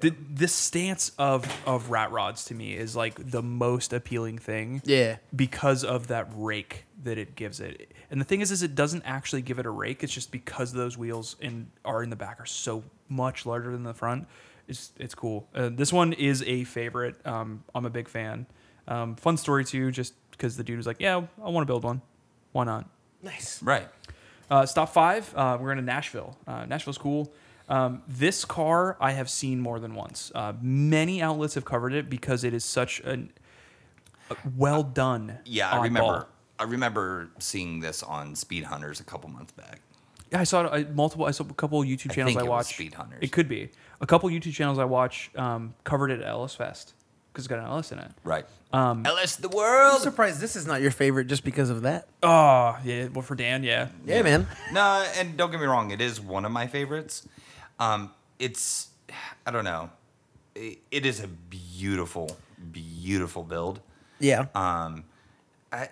[SPEAKER 3] The this stance of of rat rods to me is like the most appealing thing.
[SPEAKER 2] Yeah.
[SPEAKER 3] Because of that rake that it gives it. And the thing is is it doesn't actually give it a rake. It's just because those wheels in are in the back are so much larger than the front. It's it's cool. Uh, this one is a favorite. Um, I'm a big fan. Um, fun story too, just because the dude was like, "Yeah, I want to build one. Why not?"
[SPEAKER 2] Nice.
[SPEAKER 1] Right.
[SPEAKER 3] Uh, stop five. Uh, we're going to Nashville. Uh, Nashville's cool. Um, this car I have seen more than once. Uh, many outlets have covered it because it is such an a well done.
[SPEAKER 1] Yeah, I
[SPEAKER 3] oddball.
[SPEAKER 1] remember. I remember seeing this on Speed Hunters a couple months back.
[SPEAKER 3] Yeah, I saw it, I, multiple. I saw a couple YouTube
[SPEAKER 1] I
[SPEAKER 3] channels
[SPEAKER 1] think
[SPEAKER 3] I,
[SPEAKER 1] it was
[SPEAKER 3] watch.
[SPEAKER 1] Speed Hunters.
[SPEAKER 3] It could be a couple YouTube channels I watch um, covered it at LS Fest because it's got an LS in it.
[SPEAKER 1] Right. Um, LS the world.
[SPEAKER 2] I'm surprised this is not your favorite just because of that.
[SPEAKER 3] Oh yeah, well for Dan, yeah.
[SPEAKER 2] Yeah, man.
[SPEAKER 1] No, and don't get me wrong, it is one of my favorites. Um, it's, I don't know, it, it is a beautiful, beautiful build.
[SPEAKER 2] Yeah.
[SPEAKER 3] Uh,
[SPEAKER 1] Um, I,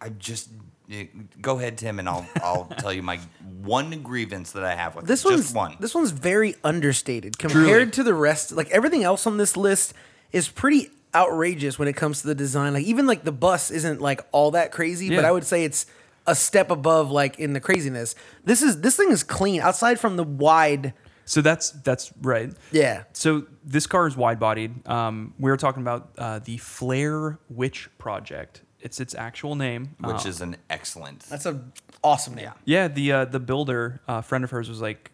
[SPEAKER 1] I just eh, go ahead, Tim, and I'll I'll tell you my one grievance that I have with
[SPEAKER 2] this
[SPEAKER 1] it.
[SPEAKER 2] one's
[SPEAKER 1] just one.
[SPEAKER 2] this one's very understated compared to the rest. Like everything else on this list is pretty outrageous when it comes to the design. Like even like the bus isn't like all that crazy, but
[SPEAKER 3] Yeah.
[SPEAKER 2] I would say it's a step above like in the craziness. This is this thing is clean outside from the wide.
[SPEAKER 3] So that's that's right.
[SPEAKER 2] Yeah.
[SPEAKER 3] So this car is wide bodied. Um, we were talking about uh, the Flare Witch Project. It's its actual name,
[SPEAKER 1] which
[SPEAKER 3] Uh,
[SPEAKER 1] is an excellent.
[SPEAKER 2] Oh. That's a awesome name.
[SPEAKER 1] Yeah.
[SPEAKER 3] yeah. The uh, the builder uh, friend of hers was like,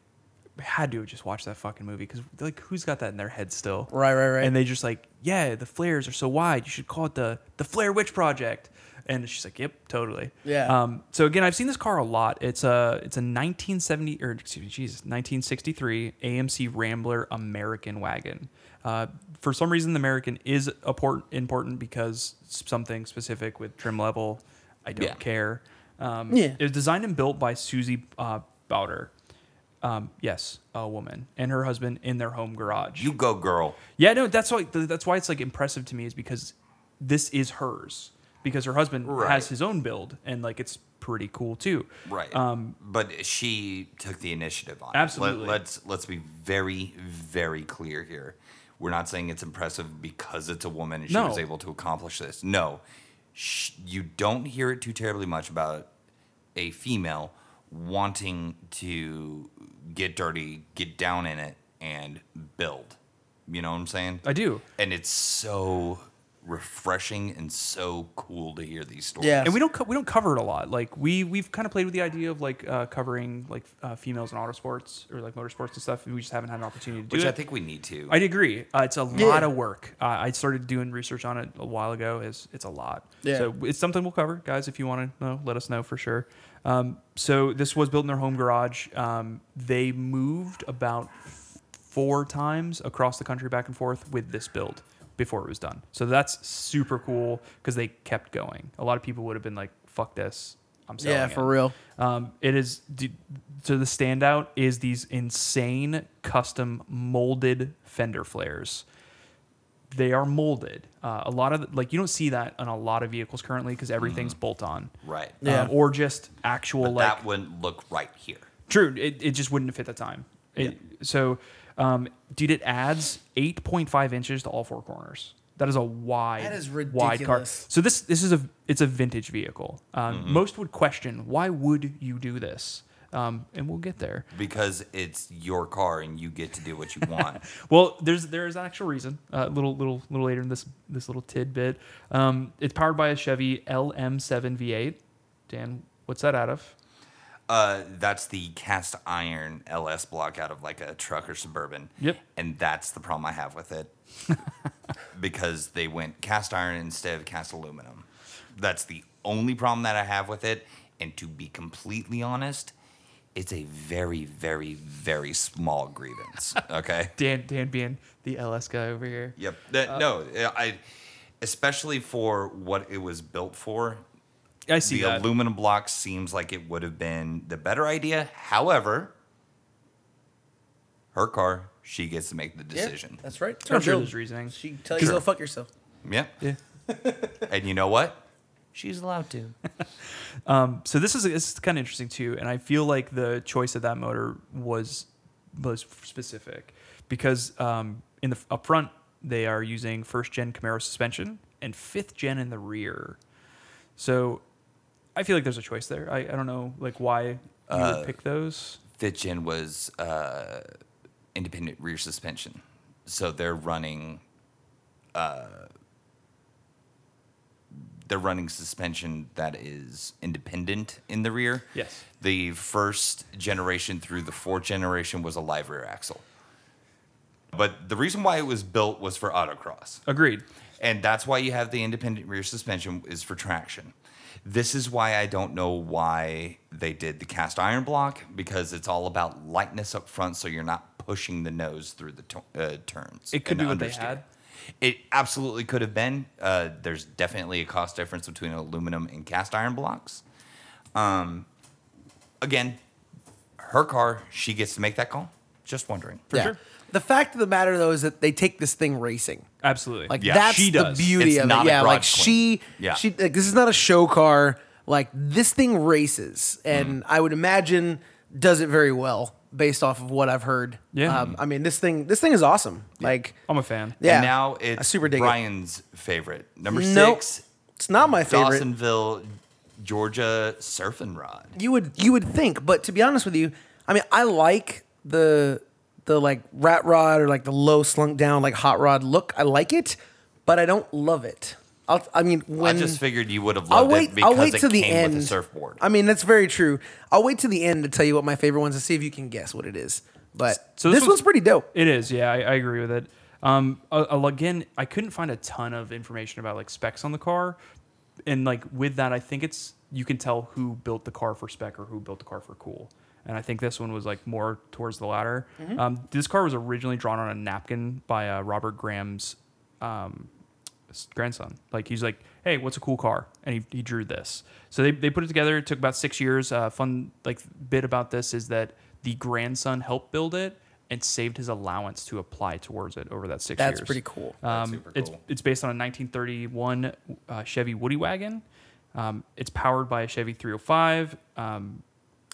[SPEAKER 3] had to have just watched that fucking movie because like who's got that in their head still?
[SPEAKER 2] Right, right, right.
[SPEAKER 3] And they just like, yeah, the flares are so wide. You should call it the the Flare Witch Project. And she's like, yep, totally.
[SPEAKER 2] Yeah.
[SPEAKER 3] Um, so again, I've seen this car a lot. It's a it's a 1970 or excuse me, Jesus, 1963 AMC Rambler American wagon. Uh, for some reason, the American is important important because something specific with trim level. I don't
[SPEAKER 1] Yeah.
[SPEAKER 3] care. Um,
[SPEAKER 2] Yeah.
[SPEAKER 3] It was designed and built by Susie uh, Bowder. Um, yes, a woman and her husband in their home garage.
[SPEAKER 1] You go, girl.
[SPEAKER 3] Yeah, no, that's why th- that's why it's like impressive to me is because this is hers because her husband
[SPEAKER 1] Right.
[SPEAKER 3] has his own build and like it's pretty cool too.
[SPEAKER 1] Right.
[SPEAKER 3] Um,
[SPEAKER 1] but she took the initiative on
[SPEAKER 3] Absolutely.
[SPEAKER 1] It. Let, let's let's be very very clear here. We're not saying it's impressive because it's a woman and she was
[SPEAKER 3] No.
[SPEAKER 1] able to accomplish this. No. Sh you don't hear it too terribly much about a female wanting to get dirty, get down in it and build. You know what I'm saying?
[SPEAKER 3] I do.
[SPEAKER 1] and it's so refreshing and so cool to hear these stories.
[SPEAKER 2] Yeah.
[SPEAKER 3] And we don't co- we don't cover it a lot. Like we we've kind of played with the idea of like uh, covering like uh, females in auto sports or like motorsports and stuff. And we just haven't had an opportunity to do
[SPEAKER 1] Which
[SPEAKER 3] it.
[SPEAKER 1] I think we need to.
[SPEAKER 3] I'd agree. Uh, it's a
[SPEAKER 2] Yeah.
[SPEAKER 3] lot of work. Uh, I started doing research on it a while ago. It's, it's a lot.
[SPEAKER 2] Yeah.
[SPEAKER 3] So it's something we'll cover, guys. If you want to know, let us know for sure. Um, so this was built in their home garage. Um, they moved about four times across the country back and forth with this build before it was done. So that's super cool because they kept going. A lot of people would have been like, "Fuck this." I'm selling
[SPEAKER 2] Yeah,
[SPEAKER 3] it."
[SPEAKER 2] for real.
[SPEAKER 3] Um, it is d- so the standout is these insane custom molded fender flares. They are molded. Uh, a lot of like you don't see that on a lot of vehicles currently because everything's bolt on,
[SPEAKER 1] Mm. right.
[SPEAKER 3] Um,
[SPEAKER 2] Yeah.
[SPEAKER 3] or just actual
[SPEAKER 1] But
[SPEAKER 3] like
[SPEAKER 1] that wouldn't look right here.
[SPEAKER 3] True. It, it just wouldn't have fit the time. It, So, um, dude, it adds 8.5 inches to all four corners. That is a wide,
[SPEAKER 2] That is
[SPEAKER 3] wide car.
[SPEAKER 2] ridiculous.
[SPEAKER 3] So this this is a it's a vintage vehicle. Um, Most would question why would you do this, um, and we'll get there.
[SPEAKER 1] Because it's your car and you get to do what you want.
[SPEAKER 3] Well, there's there is an actual reason. uh, A little little little later in this this little tidbit. Um, it's powered by a Chevy LM7 V8. Dan, what's that out of?
[SPEAKER 1] uh, that's the cast iron LS block out of like a truck or suburban.
[SPEAKER 3] Yep.
[SPEAKER 1] And that's the problem I have with it. because they went cast iron instead of cast aluminum. That's the only problem that I have with it. And to be completely honest, it's a very, very, very small grievance. Okay.
[SPEAKER 3] Dan Dan being the LS guy over here.
[SPEAKER 1] Yep. That,
[SPEAKER 3] Uh,
[SPEAKER 1] no, I, especially for what it was built for,
[SPEAKER 3] I see
[SPEAKER 1] the
[SPEAKER 3] that.
[SPEAKER 1] aluminum block seems like it would have been the better idea. However, her car, she gets to make the decision.
[SPEAKER 2] that's right.
[SPEAKER 3] I'm sure there's reasoning.
[SPEAKER 2] She tells you to
[SPEAKER 1] Sure.
[SPEAKER 2] go fuck yourself.
[SPEAKER 1] Yep.
[SPEAKER 3] Yeah.
[SPEAKER 1] And you know what? She's allowed to.
[SPEAKER 3] So this is this is kind of interesting too, and I feel like the choice of that motor was was specific because um, in the up front they are using first gen Camaro suspension and fifth gen in the rear. So I feel like there's a choice there. I, I don't know like why you would pick those.
[SPEAKER 1] Fitchin was uh, independent rear suspension. So they're running uh, they're running suspension that is independent in the rear.
[SPEAKER 3] Yes.
[SPEAKER 1] The first generation through the fourth generation was a live rear axle. But the reason why it was built was for autocross.
[SPEAKER 3] Agreed.
[SPEAKER 1] And that's why you have the independent rear suspension is for traction. This is why I don't know why they did the cast iron block because it's all about lightness up front, so you're not pushing the nose through the to- uh, turns.
[SPEAKER 3] It could
[SPEAKER 1] and
[SPEAKER 3] be what they
[SPEAKER 1] understeer.
[SPEAKER 3] had.
[SPEAKER 1] It absolutely could have been. Uh, there's definitely a cost difference between aluminum and cast iron blocks. Um, again, her car, she gets to make that call. Just wondering.
[SPEAKER 3] For sure.
[SPEAKER 2] The fact of the matter though is that they take this thing racing.
[SPEAKER 3] Absolutely.
[SPEAKER 2] Like
[SPEAKER 1] Yeah.
[SPEAKER 2] that's
[SPEAKER 3] She
[SPEAKER 2] the
[SPEAKER 3] does.
[SPEAKER 2] beauty
[SPEAKER 1] It's
[SPEAKER 2] of
[SPEAKER 1] not
[SPEAKER 2] it.
[SPEAKER 1] a
[SPEAKER 2] Yeah, like
[SPEAKER 1] garage queen.
[SPEAKER 2] she,
[SPEAKER 1] Yeah.
[SPEAKER 2] she, like this is not a show car. Like this thing races, and
[SPEAKER 1] Mm-hmm.
[SPEAKER 2] I would imagine does it very well based off of what I've heard.
[SPEAKER 3] Yeah. Oh
[SPEAKER 2] um, I mean this thing, this thing is awesome. Like,
[SPEAKER 3] I'm a fan.
[SPEAKER 2] yeah,
[SPEAKER 1] And now
[SPEAKER 2] I
[SPEAKER 1] it's
[SPEAKER 2] super dig it.
[SPEAKER 1] Brian's favorite. Number
[SPEAKER 2] Nope.
[SPEAKER 1] six,
[SPEAKER 2] It's not my favorite.
[SPEAKER 1] Dawsonville, Georgia Surf and Rod.
[SPEAKER 2] You would you would think, but to be honest with you, I mean I like the the like rat rod or like the low slunk down like hot rod look. I like it, but I don't love it. I'll, I mean when
[SPEAKER 1] I just figured you would have
[SPEAKER 2] I'll
[SPEAKER 1] loved
[SPEAKER 2] wait.
[SPEAKER 1] it because
[SPEAKER 2] I'll wait
[SPEAKER 1] it
[SPEAKER 2] to the
[SPEAKER 1] came
[SPEAKER 2] end.
[SPEAKER 1] with a surfboard.
[SPEAKER 2] I mean, that's very true. I'll wait to the end to tell you what my favorite ones to see if you can guess what it is. But
[SPEAKER 3] So
[SPEAKER 2] this,
[SPEAKER 3] this
[SPEAKER 2] one's,
[SPEAKER 3] one's-
[SPEAKER 2] pretty dope.
[SPEAKER 3] It is, yeah, I, I agree with it. Um, uh, uh, again, I couldn't find a ton of information about like specs on the car, and like with that, I think it's you can tell who built the car for spec or who built the car for cool. And I think this one was like more towards the latter. Um, this car was originally drawn on a napkin by uh, Robert Graham's um, s- grandson. Like he's like, hey, what's a cool car? And he, he drew this. So they, they put it together. It took about six years. Uh, fun like bit about this is that the grandson helped build it and saved his allowance to apply towards it over that six years.
[SPEAKER 2] That's pretty cool.
[SPEAKER 1] That's
[SPEAKER 3] Um,
[SPEAKER 1] super
[SPEAKER 3] It's
[SPEAKER 1] cool.
[SPEAKER 3] it's based on a 1931 uh, Chevy Woody wagon. Um, it's powered by a Chevy 305. Um,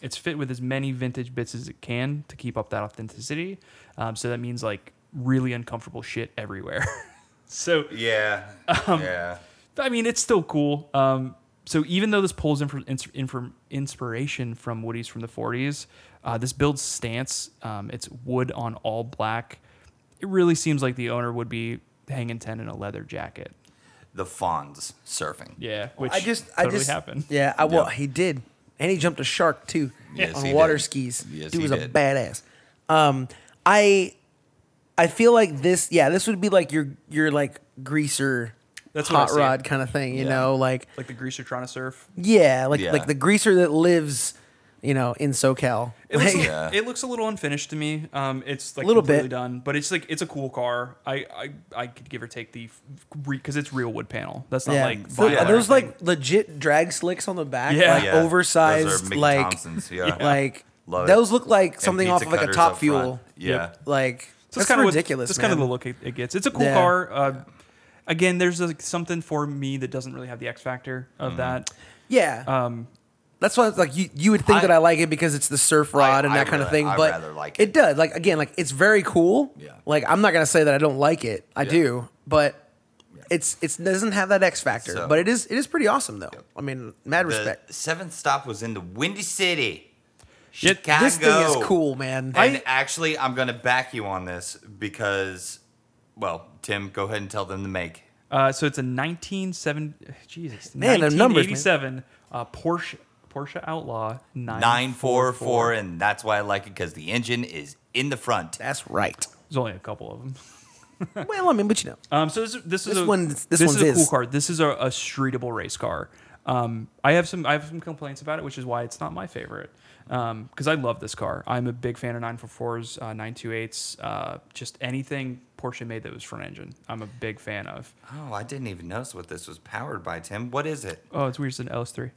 [SPEAKER 3] it's fit with as many vintage bits as it can to keep up that authenticity. Um, so that means like really uncomfortable shit everywhere. so
[SPEAKER 1] yeah. yeah.
[SPEAKER 3] I mean, it's still cool. Um, so even though this pulls in from, in from inspiration from Woody's from the 40s, uh, this build's stance, um, it's wood on all black. It really seems like the owner would be hanging 10 in a leather jacket.
[SPEAKER 1] The Fonz surfing.
[SPEAKER 3] Yeah, which
[SPEAKER 2] I just I
[SPEAKER 3] totally
[SPEAKER 2] just
[SPEAKER 3] happened.
[SPEAKER 2] Yeah, I well
[SPEAKER 1] Yeah.
[SPEAKER 2] he did, and he jumped a shark too
[SPEAKER 1] Yes,
[SPEAKER 2] on
[SPEAKER 1] he
[SPEAKER 2] water
[SPEAKER 1] did.
[SPEAKER 2] skis.
[SPEAKER 1] Yes,
[SPEAKER 2] Dude
[SPEAKER 1] he
[SPEAKER 2] was a
[SPEAKER 1] did.
[SPEAKER 2] badass. Um, I I feel like this. Yeah, this would be like your your like greaser.
[SPEAKER 3] That's what I
[SPEAKER 2] hot
[SPEAKER 3] see.
[SPEAKER 2] rod kind of thing, you
[SPEAKER 1] Yeah.
[SPEAKER 2] know, like
[SPEAKER 3] Like the greaser trying to surf.
[SPEAKER 2] yeah, like
[SPEAKER 1] Yeah.
[SPEAKER 2] like the greaser that lives, you know, in SoCal.
[SPEAKER 3] It looks,
[SPEAKER 2] Like-
[SPEAKER 1] Yeah.
[SPEAKER 3] it looks a little unfinished to me. Um, it's like
[SPEAKER 2] Little
[SPEAKER 3] completely
[SPEAKER 2] bit.
[SPEAKER 3] done, but it's like it's a cool car. I I, I could give or take the because it's real wood panel. That's not
[SPEAKER 2] Yeah.
[SPEAKER 3] like
[SPEAKER 2] So,
[SPEAKER 3] vinyl
[SPEAKER 2] are
[SPEAKER 3] or
[SPEAKER 2] those
[SPEAKER 3] anything.
[SPEAKER 2] like legit drag slicks on the back?
[SPEAKER 3] Yeah.
[SPEAKER 2] Like
[SPEAKER 1] Yeah. Those are
[SPEAKER 2] oversized
[SPEAKER 1] Mickey
[SPEAKER 2] like
[SPEAKER 1] Thompsons. Yeah.
[SPEAKER 2] like
[SPEAKER 1] Love it.
[SPEAKER 2] those look like
[SPEAKER 1] And
[SPEAKER 2] something off
[SPEAKER 1] pizza
[SPEAKER 2] of like a
[SPEAKER 1] cutters
[SPEAKER 2] top
[SPEAKER 1] up front.
[SPEAKER 2] fuel.
[SPEAKER 1] Yeah.
[SPEAKER 3] Yep.
[SPEAKER 2] Like
[SPEAKER 3] So
[SPEAKER 2] that's
[SPEAKER 3] that's kind of
[SPEAKER 2] ridiculous.
[SPEAKER 3] That's
[SPEAKER 2] man.
[SPEAKER 3] kind of the look it, it gets. It's a cool
[SPEAKER 2] Yeah.
[SPEAKER 3] car. Uh, again, there's like something for me that doesn't really have the X factor of that.
[SPEAKER 2] Yeah.
[SPEAKER 3] Um,
[SPEAKER 2] that's why it's like you, you would think
[SPEAKER 1] I-
[SPEAKER 2] that I like it because it's the surf rod and
[SPEAKER 1] I
[SPEAKER 2] that kind of
[SPEAKER 1] rather-
[SPEAKER 2] thing,
[SPEAKER 1] I
[SPEAKER 2] but
[SPEAKER 1] rather like
[SPEAKER 2] it.
[SPEAKER 1] it.
[SPEAKER 2] does. Like again, like it's very cool.
[SPEAKER 1] Yeah.
[SPEAKER 2] Like I'm not gonna say that I don't like it. I
[SPEAKER 1] Yeah.
[SPEAKER 2] do, but it's it's doesn't have that X factor.
[SPEAKER 1] So-
[SPEAKER 2] But it is it is pretty awesome though. I mean, mad
[SPEAKER 1] The
[SPEAKER 2] respect.
[SPEAKER 1] seventh stop was in the Windy City.
[SPEAKER 3] Shit,
[SPEAKER 1] Chicago.
[SPEAKER 2] This thing is cool, man.
[SPEAKER 1] And actually, I'm going to back you on this because, well, Tim, go ahead and tell them to make.
[SPEAKER 3] uh, so it's a 1970. Jesus,
[SPEAKER 2] Man, the numbers, man.
[SPEAKER 3] 1987 uh, Porsche Porsche Outlaw
[SPEAKER 1] 944, and that's why I like it because the engine is in the front.
[SPEAKER 2] that's right.
[SPEAKER 3] There's only a couple of them.
[SPEAKER 2] well, I mean, but you know.
[SPEAKER 3] Um, so this, this is
[SPEAKER 2] This
[SPEAKER 3] a,
[SPEAKER 2] one's- this
[SPEAKER 3] this
[SPEAKER 2] one's
[SPEAKER 3] is a cool
[SPEAKER 2] is.
[SPEAKER 3] car. This is a, a streetable race car. Um, I have some I have some complaints about it, which is why it's not my favorite. Because I love this car. I'm a big fan of 944s, uh, 928s, uh, just anything Porsche made that was front engine. I'm a big fan of.
[SPEAKER 1] Oh, I didn't even notice what this was powered by, Tim. What is it?
[SPEAKER 3] Oh, it's weird. It's an LS3.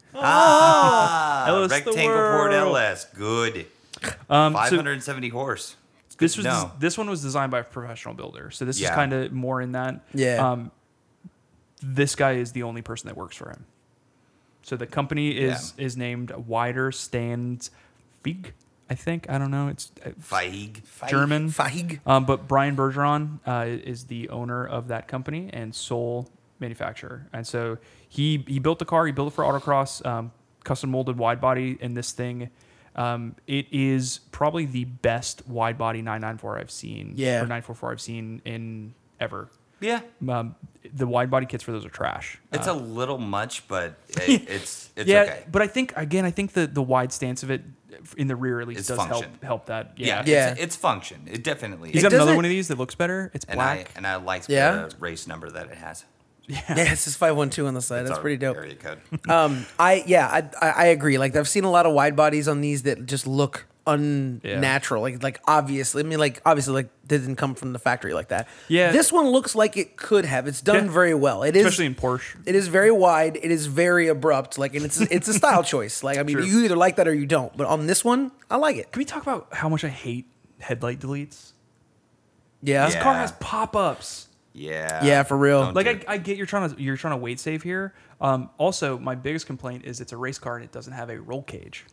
[SPEAKER 1] Ah,
[SPEAKER 3] LS the
[SPEAKER 1] rectangle port
[SPEAKER 3] world.
[SPEAKER 1] LS. Good.
[SPEAKER 3] Um, so
[SPEAKER 1] 570 horse. It's good
[SPEAKER 3] this
[SPEAKER 1] to
[SPEAKER 3] was
[SPEAKER 1] know.
[SPEAKER 3] this one was designed by a professional builder, so this is
[SPEAKER 1] Yeah.
[SPEAKER 3] kind of more in that.
[SPEAKER 2] Yeah.
[SPEAKER 3] Um, this guy is the only person that works for him. So the company is is named Wider Stands Fig, I think. I don't know. It's uh,
[SPEAKER 1] Feig.
[SPEAKER 3] German.
[SPEAKER 2] Feig.
[SPEAKER 3] Um, but Brian Bergeron uh, is the owner of that company and sole manufacturer. And so he he built the car. He built it for autocross, um, custom molded wide body, and this thing. Um, it is probably the best wide body 994 I've seen.
[SPEAKER 2] Yeah.
[SPEAKER 3] Or 944 I've seen in ever.
[SPEAKER 1] Yeah.
[SPEAKER 3] Um, the wide body kits for those are trash.
[SPEAKER 1] It's a little much, but it, it's it's
[SPEAKER 3] Uh, yeah,
[SPEAKER 1] okay.
[SPEAKER 3] but I think again, I think the the wide stance of it in the rear at least
[SPEAKER 1] It's
[SPEAKER 3] does
[SPEAKER 1] function.
[SPEAKER 3] help help that.
[SPEAKER 1] Yeah,
[SPEAKER 3] Yeah.
[SPEAKER 1] It's, it's function. It definitely
[SPEAKER 3] He's
[SPEAKER 1] is.
[SPEAKER 2] It
[SPEAKER 3] got another
[SPEAKER 2] doesn't-
[SPEAKER 3] one of these that looks better. It's
[SPEAKER 1] and
[SPEAKER 3] black.
[SPEAKER 1] I and I like
[SPEAKER 2] Yeah.
[SPEAKER 1] the race number that it has.
[SPEAKER 2] Yeah, it says 512 on the side. That's
[SPEAKER 1] our
[SPEAKER 2] pretty dope.
[SPEAKER 1] Area code.
[SPEAKER 2] Um, I yeah, I, I I agree. Like I've seen a lot of wide bodies on these that just look unnatural. Like like obviously, I mean like obviously like they didn't come from the factory like that.
[SPEAKER 3] Yeah.
[SPEAKER 2] this one looks like it could have. It's done
[SPEAKER 3] Yeah.
[SPEAKER 2] very well. It is
[SPEAKER 3] Especially in Porsche.
[SPEAKER 2] It is very wide. It is very abrupt. Like and it's it's a style choice. Like I mean,
[SPEAKER 3] True.
[SPEAKER 2] you either like that or you don't. But on this one, I like it.
[SPEAKER 3] Can we talk about how much I hate headlight deletes?
[SPEAKER 2] Yeah,
[SPEAKER 3] This
[SPEAKER 1] Yeah.
[SPEAKER 3] car has pop ups.
[SPEAKER 1] Yeah.
[SPEAKER 2] Yeah, for real.
[SPEAKER 1] Don't
[SPEAKER 3] Like
[SPEAKER 1] do
[SPEAKER 3] I,
[SPEAKER 1] it.
[SPEAKER 3] I get you're trying to you're trying to weight save here. Um, also, my biggest complaint is it's a race car and it doesn't have a roll cage.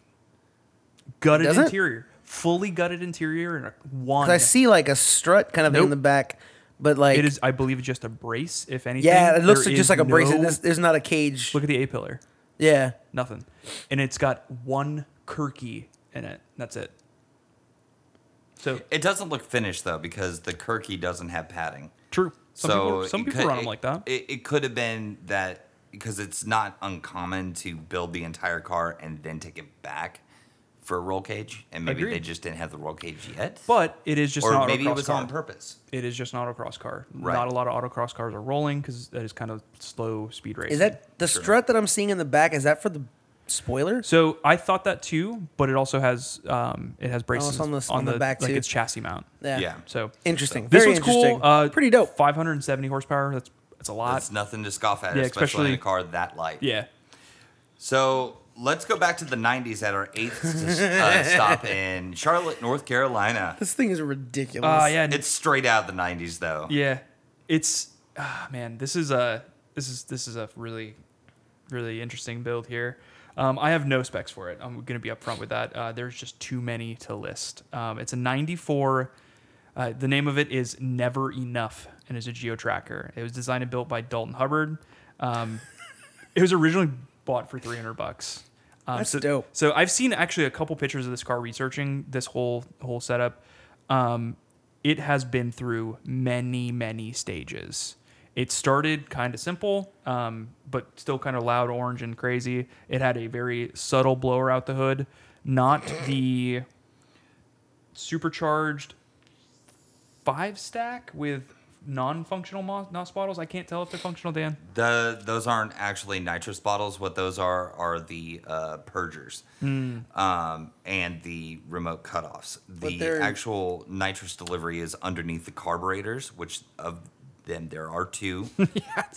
[SPEAKER 3] Gutted
[SPEAKER 2] doesn't?
[SPEAKER 3] interior, fully gutted interior, and a one.
[SPEAKER 2] 'Cause I see like a strut kind of in
[SPEAKER 3] Nope.
[SPEAKER 2] the back, but like
[SPEAKER 3] It is, I believe, just a brace. If anything,
[SPEAKER 2] yeah, it looks
[SPEAKER 3] There
[SPEAKER 2] like just
[SPEAKER 3] is
[SPEAKER 2] like a brace.
[SPEAKER 3] no-
[SPEAKER 2] There's, there's not a cage.
[SPEAKER 3] Look at the A pillar,
[SPEAKER 2] yeah,
[SPEAKER 3] nothing, and it's got one Kirky in it. That's it. So
[SPEAKER 1] It doesn't look finished though because the Kirky doesn't have padding.
[SPEAKER 3] true. Some
[SPEAKER 1] so
[SPEAKER 3] people, some
[SPEAKER 1] it
[SPEAKER 3] people
[SPEAKER 1] could-
[SPEAKER 3] run them
[SPEAKER 1] it-
[SPEAKER 3] like that.
[SPEAKER 1] It, it could have been that because it's not uncommon to build the entire car and then take it back for a roll cage, and maybe they
[SPEAKER 3] Agreed.
[SPEAKER 1] just didn't have the roll cage yet,
[SPEAKER 3] but it is just an
[SPEAKER 1] or
[SPEAKER 3] autocross
[SPEAKER 1] maybe it was
[SPEAKER 3] car.
[SPEAKER 1] on purpose.
[SPEAKER 3] It is just an autocross car.
[SPEAKER 1] Right.
[SPEAKER 3] Not a lot of autocross cars are rolling because that is kind of slow speed racing.
[SPEAKER 2] Is that the strut that I'm seeing in the back? Is that for the spoiler?
[SPEAKER 3] so? I thought that too, but it also has um, it has braces
[SPEAKER 2] Oh, on the- on the back,
[SPEAKER 3] like
[SPEAKER 2] too.
[SPEAKER 3] its chassis mount.
[SPEAKER 1] Yeah.
[SPEAKER 3] So
[SPEAKER 2] Interesting.
[SPEAKER 3] this
[SPEAKER 2] Very
[SPEAKER 3] one's
[SPEAKER 2] interesting.
[SPEAKER 3] cool. Uh,
[SPEAKER 2] Pretty dope.
[SPEAKER 3] 570 horsepower. That's that's a lot.
[SPEAKER 1] It's nothing to scoff at,
[SPEAKER 3] Yeah,
[SPEAKER 1] especially, in
[SPEAKER 3] especially-
[SPEAKER 1] a car that light.
[SPEAKER 3] yeah.
[SPEAKER 1] So let's go back to the 90s at our eighth s- uh, stop in Charlotte, North Carolina.
[SPEAKER 2] This thing is ridiculous.
[SPEAKER 3] Uh, yeah.
[SPEAKER 1] It's straight out of the 90s, though.
[SPEAKER 3] Yeah, it's ah, man. This is a this is this is a really really interesting build here. Um, I have no specs for it. I'm going to be upfront with that. Uh, there's just too many to list. Um, it's a 94. Uh, the name of it is Never Enough, and is a geo tracker. It was designed and built by Dalton Hubbard. Um, it was originally bought for 300 bucks. Um,
[SPEAKER 2] That's
[SPEAKER 3] so,
[SPEAKER 2] dope.
[SPEAKER 3] So I've seen actually a couple pictures of this car researching this whole whole setup. Um, it has been through many many stages. It started kind of simple, um, but still kind of loud, orange, and crazy. It had a very subtle blower out the hood, not the supercharged five stack with non-functional mo- nos bottles. I can't tell if they're functional, Dan.
[SPEAKER 1] The, those aren't actually nitrous bottles. What those are are the uh, purgers um, and the remote cutoffs. The
[SPEAKER 2] they're-
[SPEAKER 1] actual nitrous delivery is underneath the carburetors, which of them there are two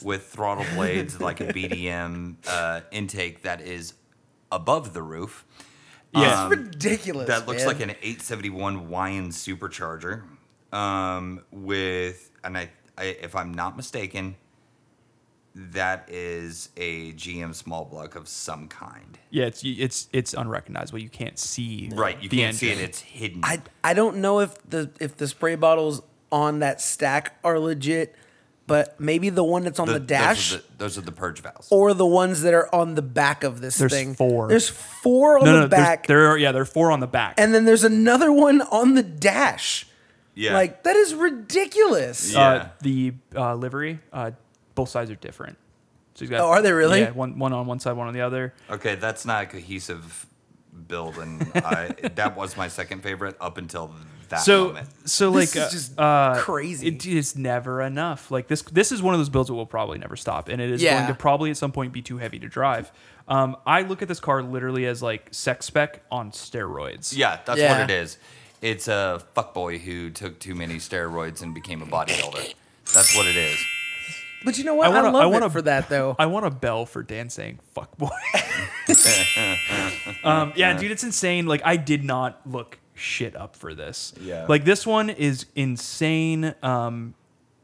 [SPEAKER 1] with throttle blades like a BDM uh, intake that is above the roof.
[SPEAKER 3] Yeah.
[SPEAKER 1] Um,
[SPEAKER 2] it's ridiculous.
[SPEAKER 1] That looks
[SPEAKER 2] man.
[SPEAKER 1] like an 871 Wyan supercharger um, with, and I, I, if I'm not mistaken, that is a GM small block of some kind.
[SPEAKER 3] Yeah, it's it's it's unrecognizable. You can't see.
[SPEAKER 1] Right, you
[SPEAKER 3] the
[SPEAKER 1] can't see it;
[SPEAKER 3] engine.
[SPEAKER 1] it's hidden.
[SPEAKER 2] I I don't know if the if the spray bottles on that stack are legit, but maybe the one that's on the,
[SPEAKER 1] Th- Those
[SPEAKER 2] dash Oh,
[SPEAKER 1] are the, those are the purge valves.
[SPEAKER 2] or the ones that are on the back of this
[SPEAKER 3] There's
[SPEAKER 2] thing.
[SPEAKER 3] four.
[SPEAKER 2] There's four on
[SPEAKER 3] No,
[SPEAKER 2] the
[SPEAKER 3] no, there's-
[SPEAKER 2] back,
[SPEAKER 3] there are yeah, there are four on the back.
[SPEAKER 2] and then there's another one on the dash.
[SPEAKER 1] Yeah.
[SPEAKER 2] Like that is ridiculous.
[SPEAKER 1] Yeah.
[SPEAKER 3] uh, the uh, livery, uh, both sides are different. So he's got,
[SPEAKER 2] Oh, are they really?
[SPEAKER 3] Yeah, one one on one side, one on the other.
[SPEAKER 1] Okay, that's not a cohesive build, and I, that was my second favorite up until that
[SPEAKER 3] so
[SPEAKER 1] moment.
[SPEAKER 3] so like
[SPEAKER 2] This
[SPEAKER 3] uh,
[SPEAKER 2] is just
[SPEAKER 3] uh,
[SPEAKER 2] crazy.
[SPEAKER 3] It is never enough. Like this this is one of those builds that will probably never stop, and it is
[SPEAKER 2] Yeah.
[SPEAKER 3] going to probably at some point be too heavy to drive. Um, I look at this car literally as like sex spec on steroids.
[SPEAKER 1] Yeah, that's
[SPEAKER 2] Yeah.
[SPEAKER 1] what it is. It's a fuckboy who took too many steroids and became a bodybuilder. That's what it is.
[SPEAKER 2] But you know what? I,
[SPEAKER 3] wanna-
[SPEAKER 2] love
[SPEAKER 3] wanna-
[SPEAKER 2] it for that though.
[SPEAKER 3] I want a bell for Dan saying "fuck boy." um, yeah, dude, it's insane. Like I did not look shit up for this.
[SPEAKER 1] Yeah.
[SPEAKER 3] Like this one is insane. Um,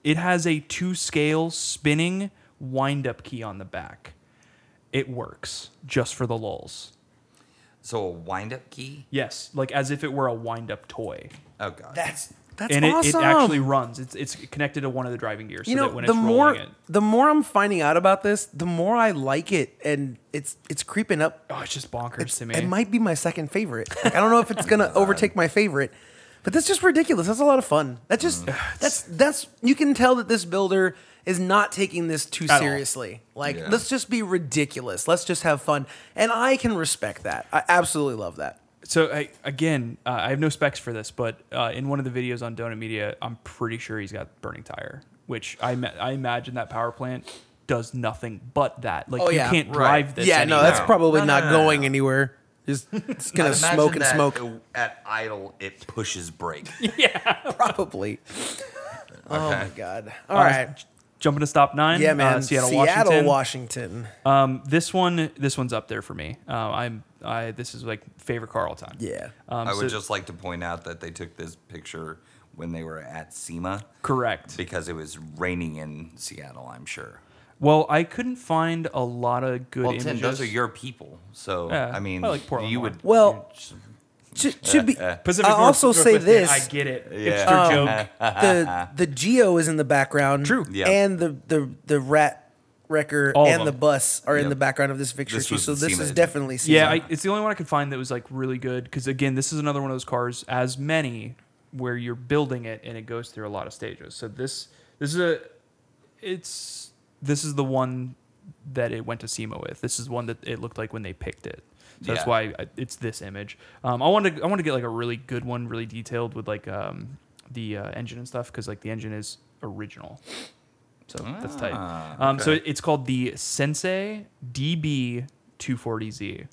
[SPEAKER 3] it has a two scale spinning wind up key on the back. It works just for the lulls.
[SPEAKER 1] So a wind-up key?
[SPEAKER 3] Yes, like as if it were a wind up toy.
[SPEAKER 1] Oh god.
[SPEAKER 2] that's that's
[SPEAKER 3] and it,
[SPEAKER 2] awesome.
[SPEAKER 3] it actually runs. It's it's connected to one of the driving gears.
[SPEAKER 2] you
[SPEAKER 3] so
[SPEAKER 2] know,
[SPEAKER 3] that when
[SPEAKER 2] the
[SPEAKER 3] it's
[SPEAKER 2] more
[SPEAKER 3] rolling it,
[SPEAKER 2] the more I'm finding out about this, the more I like it, and it's it's creeping up.
[SPEAKER 3] oh, it's just bonkers to me. Oh,
[SPEAKER 2] It might be my second favorite. Like, I don't know if it's gonna overtake my favorite, but that's just ridiculous. That's a lot of fun. That just
[SPEAKER 3] Mm.
[SPEAKER 2] that's that's you can tell that this builder is not taking this too
[SPEAKER 3] all.
[SPEAKER 2] seriously. Like,
[SPEAKER 1] Yeah.
[SPEAKER 2] let's just be ridiculous. Let's just have fun, and I can respect that. I absolutely love that.
[SPEAKER 3] So I, again, uh, I have no specs for this, but uh, in one of the videos on Donut Media, I'm pretty sure he's got burning tire, which I ma- I imagine that power plant does nothing but that. Like
[SPEAKER 2] Oh,
[SPEAKER 3] you
[SPEAKER 2] yeah,
[SPEAKER 3] can't
[SPEAKER 2] right.
[SPEAKER 3] drive this.
[SPEAKER 2] yeah, no, that's
[SPEAKER 1] No.
[SPEAKER 2] probably
[SPEAKER 1] No, no,
[SPEAKER 2] not
[SPEAKER 1] no, no,
[SPEAKER 2] going
[SPEAKER 1] no.
[SPEAKER 2] anywhere. Just it's
[SPEAKER 1] I'd
[SPEAKER 2] gonna
[SPEAKER 1] imagine
[SPEAKER 2] smoke and
[SPEAKER 1] that
[SPEAKER 2] smoke.
[SPEAKER 1] At idle, it pushes brake.
[SPEAKER 2] Probably. Oh
[SPEAKER 3] Um,
[SPEAKER 2] my god. All
[SPEAKER 3] All
[SPEAKER 2] right.
[SPEAKER 3] right, Jumping to stop nine.
[SPEAKER 2] Yeah, man.
[SPEAKER 3] Uh, Seattle,
[SPEAKER 2] Washington.
[SPEAKER 3] Washington. Um, this one, this one's up there for me. Uh, I'm, I this is like favorite car all time.
[SPEAKER 2] Yeah.
[SPEAKER 3] Um,
[SPEAKER 1] I
[SPEAKER 3] so-
[SPEAKER 1] would just like to point out that they took this picture when they were at SEMA
[SPEAKER 3] correct.
[SPEAKER 1] because it was raining in Seattle, I'm sure.
[SPEAKER 3] Well, I couldn't find a lot of good
[SPEAKER 1] Well,
[SPEAKER 3] images.
[SPEAKER 1] Tim, those are your people. So,
[SPEAKER 3] Yeah,
[SPEAKER 1] I mean,
[SPEAKER 3] I like Portland
[SPEAKER 1] you
[SPEAKER 3] more.
[SPEAKER 1] would.
[SPEAKER 2] Well, to, to be,
[SPEAKER 3] Pacific
[SPEAKER 2] I'll
[SPEAKER 3] North-
[SPEAKER 2] also say
[SPEAKER 3] Northwest,
[SPEAKER 2] this:
[SPEAKER 3] I get it. It's
[SPEAKER 1] Yeah.
[SPEAKER 3] your
[SPEAKER 2] Um,
[SPEAKER 3] joke.
[SPEAKER 2] the the Geo is in the background.
[SPEAKER 3] True.
[SPEAKER 1] Yeah.
[SPEAKER 2] And the the the rat wrecker
[SPEAKER 3] All of
[SPEAKER 2] and the
[SPEAKER 3] them.
[SPEAKER 2] bus are in
[SPEAKER 1] Yep.
[SPEAKER 2] the background of this picture
[SPEAKER 1] This
[SPEAKER 2] too.
[SPEAKER 1] was
[SPEAKER 2] So
[SPEAKER 1] the
[SPEAKER 2] this
[SPEAKER 1] SEMA
[SPEAKER 2] is
[SPEAKER 1] edition.
[SPEAKER 2] definitely SEMA.
[SPEAKER 3] Yeah, I, it's the only one I could find that was like really good because again, this is another one of those cars, as many, where you're building it and it goes through a lot of stages. So this this is a it's this is the one that it went to SEMA with. This is one that it looked like when they picked it. So that's
[SPEAKER 1] Yeah.
[SPEAKER 3] why I, it's this image. Um, I wanted to, I want to get like a really good one, really detailed with like um, the uh, engine and stuff because like the engine is original. So that's tight.
[SPEAKER 1] Ah,
[SPEAKER 3] Um, So
[SPEAKER 1] okay.
[SPEAKER 3] it's called the Sensei DB240Z.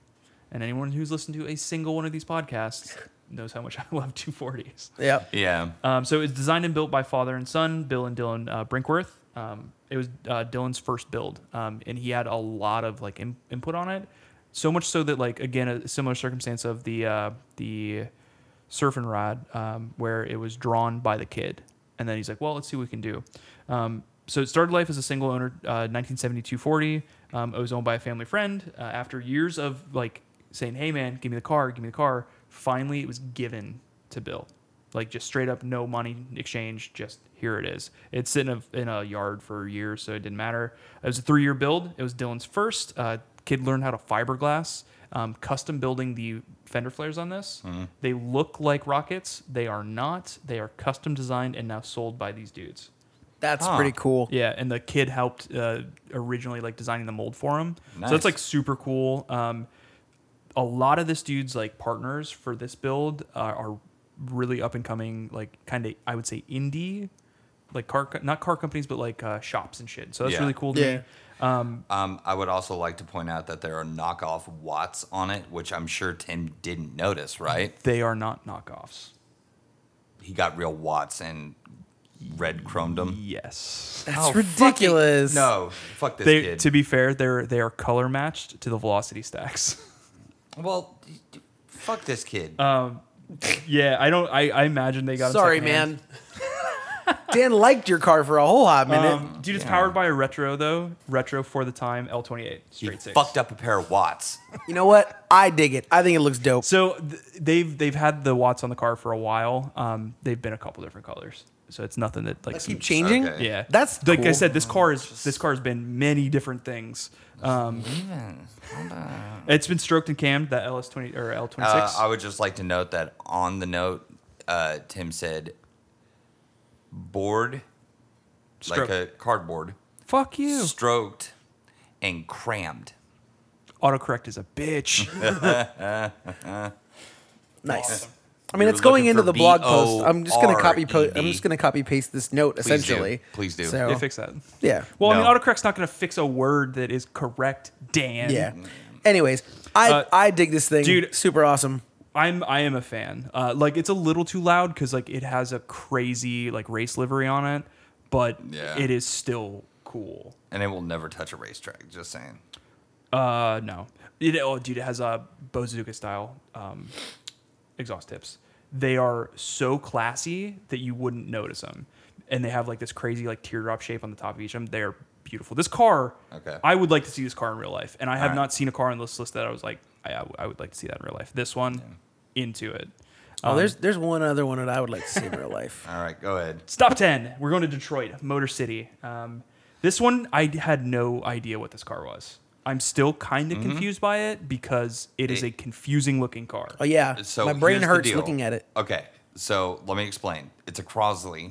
[SPEAKER 3] And anyone who's listened to a single one of these podcasts knows how much I love 240s.
[SPEAKER 2] Yep.
[SPEAKER 1] Yeah.
[SPEAKER 3] Um, so it was designed and built by father and son, Bill and Dylan uh, Brinkworth. Um, it was uh, Dylan's first build, um, and he had a lot of like in- input on it. So much so that like again a similar circumstance of the uh, the surf and rod um, where it was drawn by the kid, and then he's like, well, let's see what we can do. Um, so it started life as a single owner, uh, 1972 40. Um, it was owned by a family friend. Uh, after years of like saying, hey man, give me the car, give me the car, finally it was given to Bill like just straight up no money exchange just here it is it's in a in a yard for years so it didn't matter it was a three-year build it was dylan's first uh, kid learned how to fiberglass um, custom building the fender flares on this they look like rockets they are not they are custom designed and now sold by these dudes
[SPEAKER 2] That's
[SPEAKER 1] Huh.
[SPEAKER 2] pretty cool.
[SPEAKER 3] yeah, and the kid helped uh, originally like designing the mold for him. So
[SPEAKER 1] Nice.
[SPEAKER 3] it's like super cool. Um, a lot of this dude's like partners for this build uh, are really up and coming, like kind of I would say indie, like car co- not car companies, but like uh, shops and shit. So that's
[SPEAKER 1] Yeah.
[SPEAKER 3] really cool to
[SPEAKER 2] Yeah.
[SPEAKER 3] me.
[SPEAKER 1] Um, I would also like to point out that there are knockoff watts on it, which I'm sure Tim didn't notice, right?
[SPEAKER 3] They are not knockoffs.
[SPEAKER 1] He got real watts and red chromed them.
[SPEAKER 3] Yes.
[SPEAKER 2] That's ridiculous.
[SPEAKER 1] No, fuck this
[SPEAKER 3] They,
[SPEAKER 1] kid.
[SPEAKER 3] to be fair, they're they are color matched to the velocity stacks.
[SPEAKER 1] well, d- d- fuck this kid.
[SPEAKER 3] Uh, yeah, I don't. I, I imagine they got. 'em
[SPEAKER 2] Sorry,
[SPEAKER 3] secondhand.
[SPEAKER 2] man. Dan liked your car for a whole hot minute.
[SPEAKER 3] Um, dude, it's
[SPEAKER 1] Yeah.
[SPEAKER 3] powered by a retro though. Retro for the time L28
[SPEAKER 1] he
[SPEAKER 3] straight six.
[SPEAKER 1] fucked up a pair of watts.
[SPEAKER 2] you know what? I dig it. I think it looks dope.
[SPEAKER 3] So th- they've they've had the watts on the car for a while. Um, they've been a couple different colors, so it's nothing that like
[SPEAKER 2] Let's
[SPEAKER 3] some-
[SPEAKER 2] keep changing.
[SPEAKER 1] Okay.
[SPEAKER 3] Yeah,
[SPEAKER 2] That's
[SPEAKER 3] like I
[SPEAKER 2] cool.
[SPEAKER 3] said. This car is this car has been many different things. Um, it's been stroked and cammed. That LS20 or L26.
[SPEAKER 1] Uh, I would just like to note that on the note, uh, Tim said board, like
[SPEAKER 3] Stroke.
[SPEAKER 1] a cardboard,
[SPEAKER 3] Fuck you.
[SPEAKER 1] stroked and crammed.
[SPEAKER 3] Autocorrect is a bitch.
[SPEAKER 2] Nice. I mean,
[SPEAKER 1] You're
[SPEAKER 2] it's going
[SPEAKER 1] looking
[SPEAKER 2] into
[SPEAKER 1] for
[SPEAKER 2] the blog post. I'm just gonna copy. Po- I'm
[SPEAKER 1] B-O-R-E-D.
[SPEAKER 2] just gonna copy paste this note
[SPEAKER 1] do.
[SPEAKER 2] essentially.
[SPEAKER 1] Please do.
[SPEAKER 2] So,
[SPEAKER 3] they fix that.
[SPEAKER 2] yeah.
[SPEAKER 3] Well, I
[SPEAKER 1] No.
[SPEAKER 3] mean, autocorrect's not going to fix a word that is correct, Dan.
[SPEAKER 2] Yeah. Anyways, I
[SPEAKER 3] Uh,
[SPEAKER 2] I dig this thing,
[SPEAKER 3] dude.
[SPEAKER 2] Super awesome.
[SPEAKER 3] I'm I am a fan. Uh, like it's a little too loud because like it has a crazy like race livery on it, but
[SPEAKER 1] Yeah.
[SPEAKER 3] it is still cool.
[SPEAKER 1] And it will never touch a racetrack. Just saying.
[SPEAKER 3] Uh, no, it, oh dude, it has a Bozuka style um, exhaust tips. They are so classy that you wouldn't notice them, and they have like this crazy like teardrop shape on the top of each of them. They are beautiful. This car,
[SPEAKER 1] Okay.
[SPEAKER 3] I would like to see this car in real life, and I have
[SPEAKER 1] Alright.
[SPEAKER 3] not seen a car on this list that I was like, I, I, I would like to see that in real life. This one, into it. um,
[SPEAKER 2] Oh, there's there's one other one that I would like to see in real life.
[SPEAKER 1] All right, go ahead.
[SPEAKER 3] Stop 10. We're going to Detroit, Motor City. Um, this one, I d- had no idea what this car was. I'm still kind of confused by it because it is
[SPEAKER 1] Mm-hmm. It-
[SPEAKER 3] a confusing looking car.
[SPEAKER 2] Oh yeah,
[SPEAKER 1] So
[SPEAKER 2] my brain
[SPEAKER 1] here's the
[SPEAKER 2] hurts
[SPEAKER 1] deal.
[SPEAKER 2] looking at it.
[SPEAKER 1] Okay, so let me explain. It's a Crosley.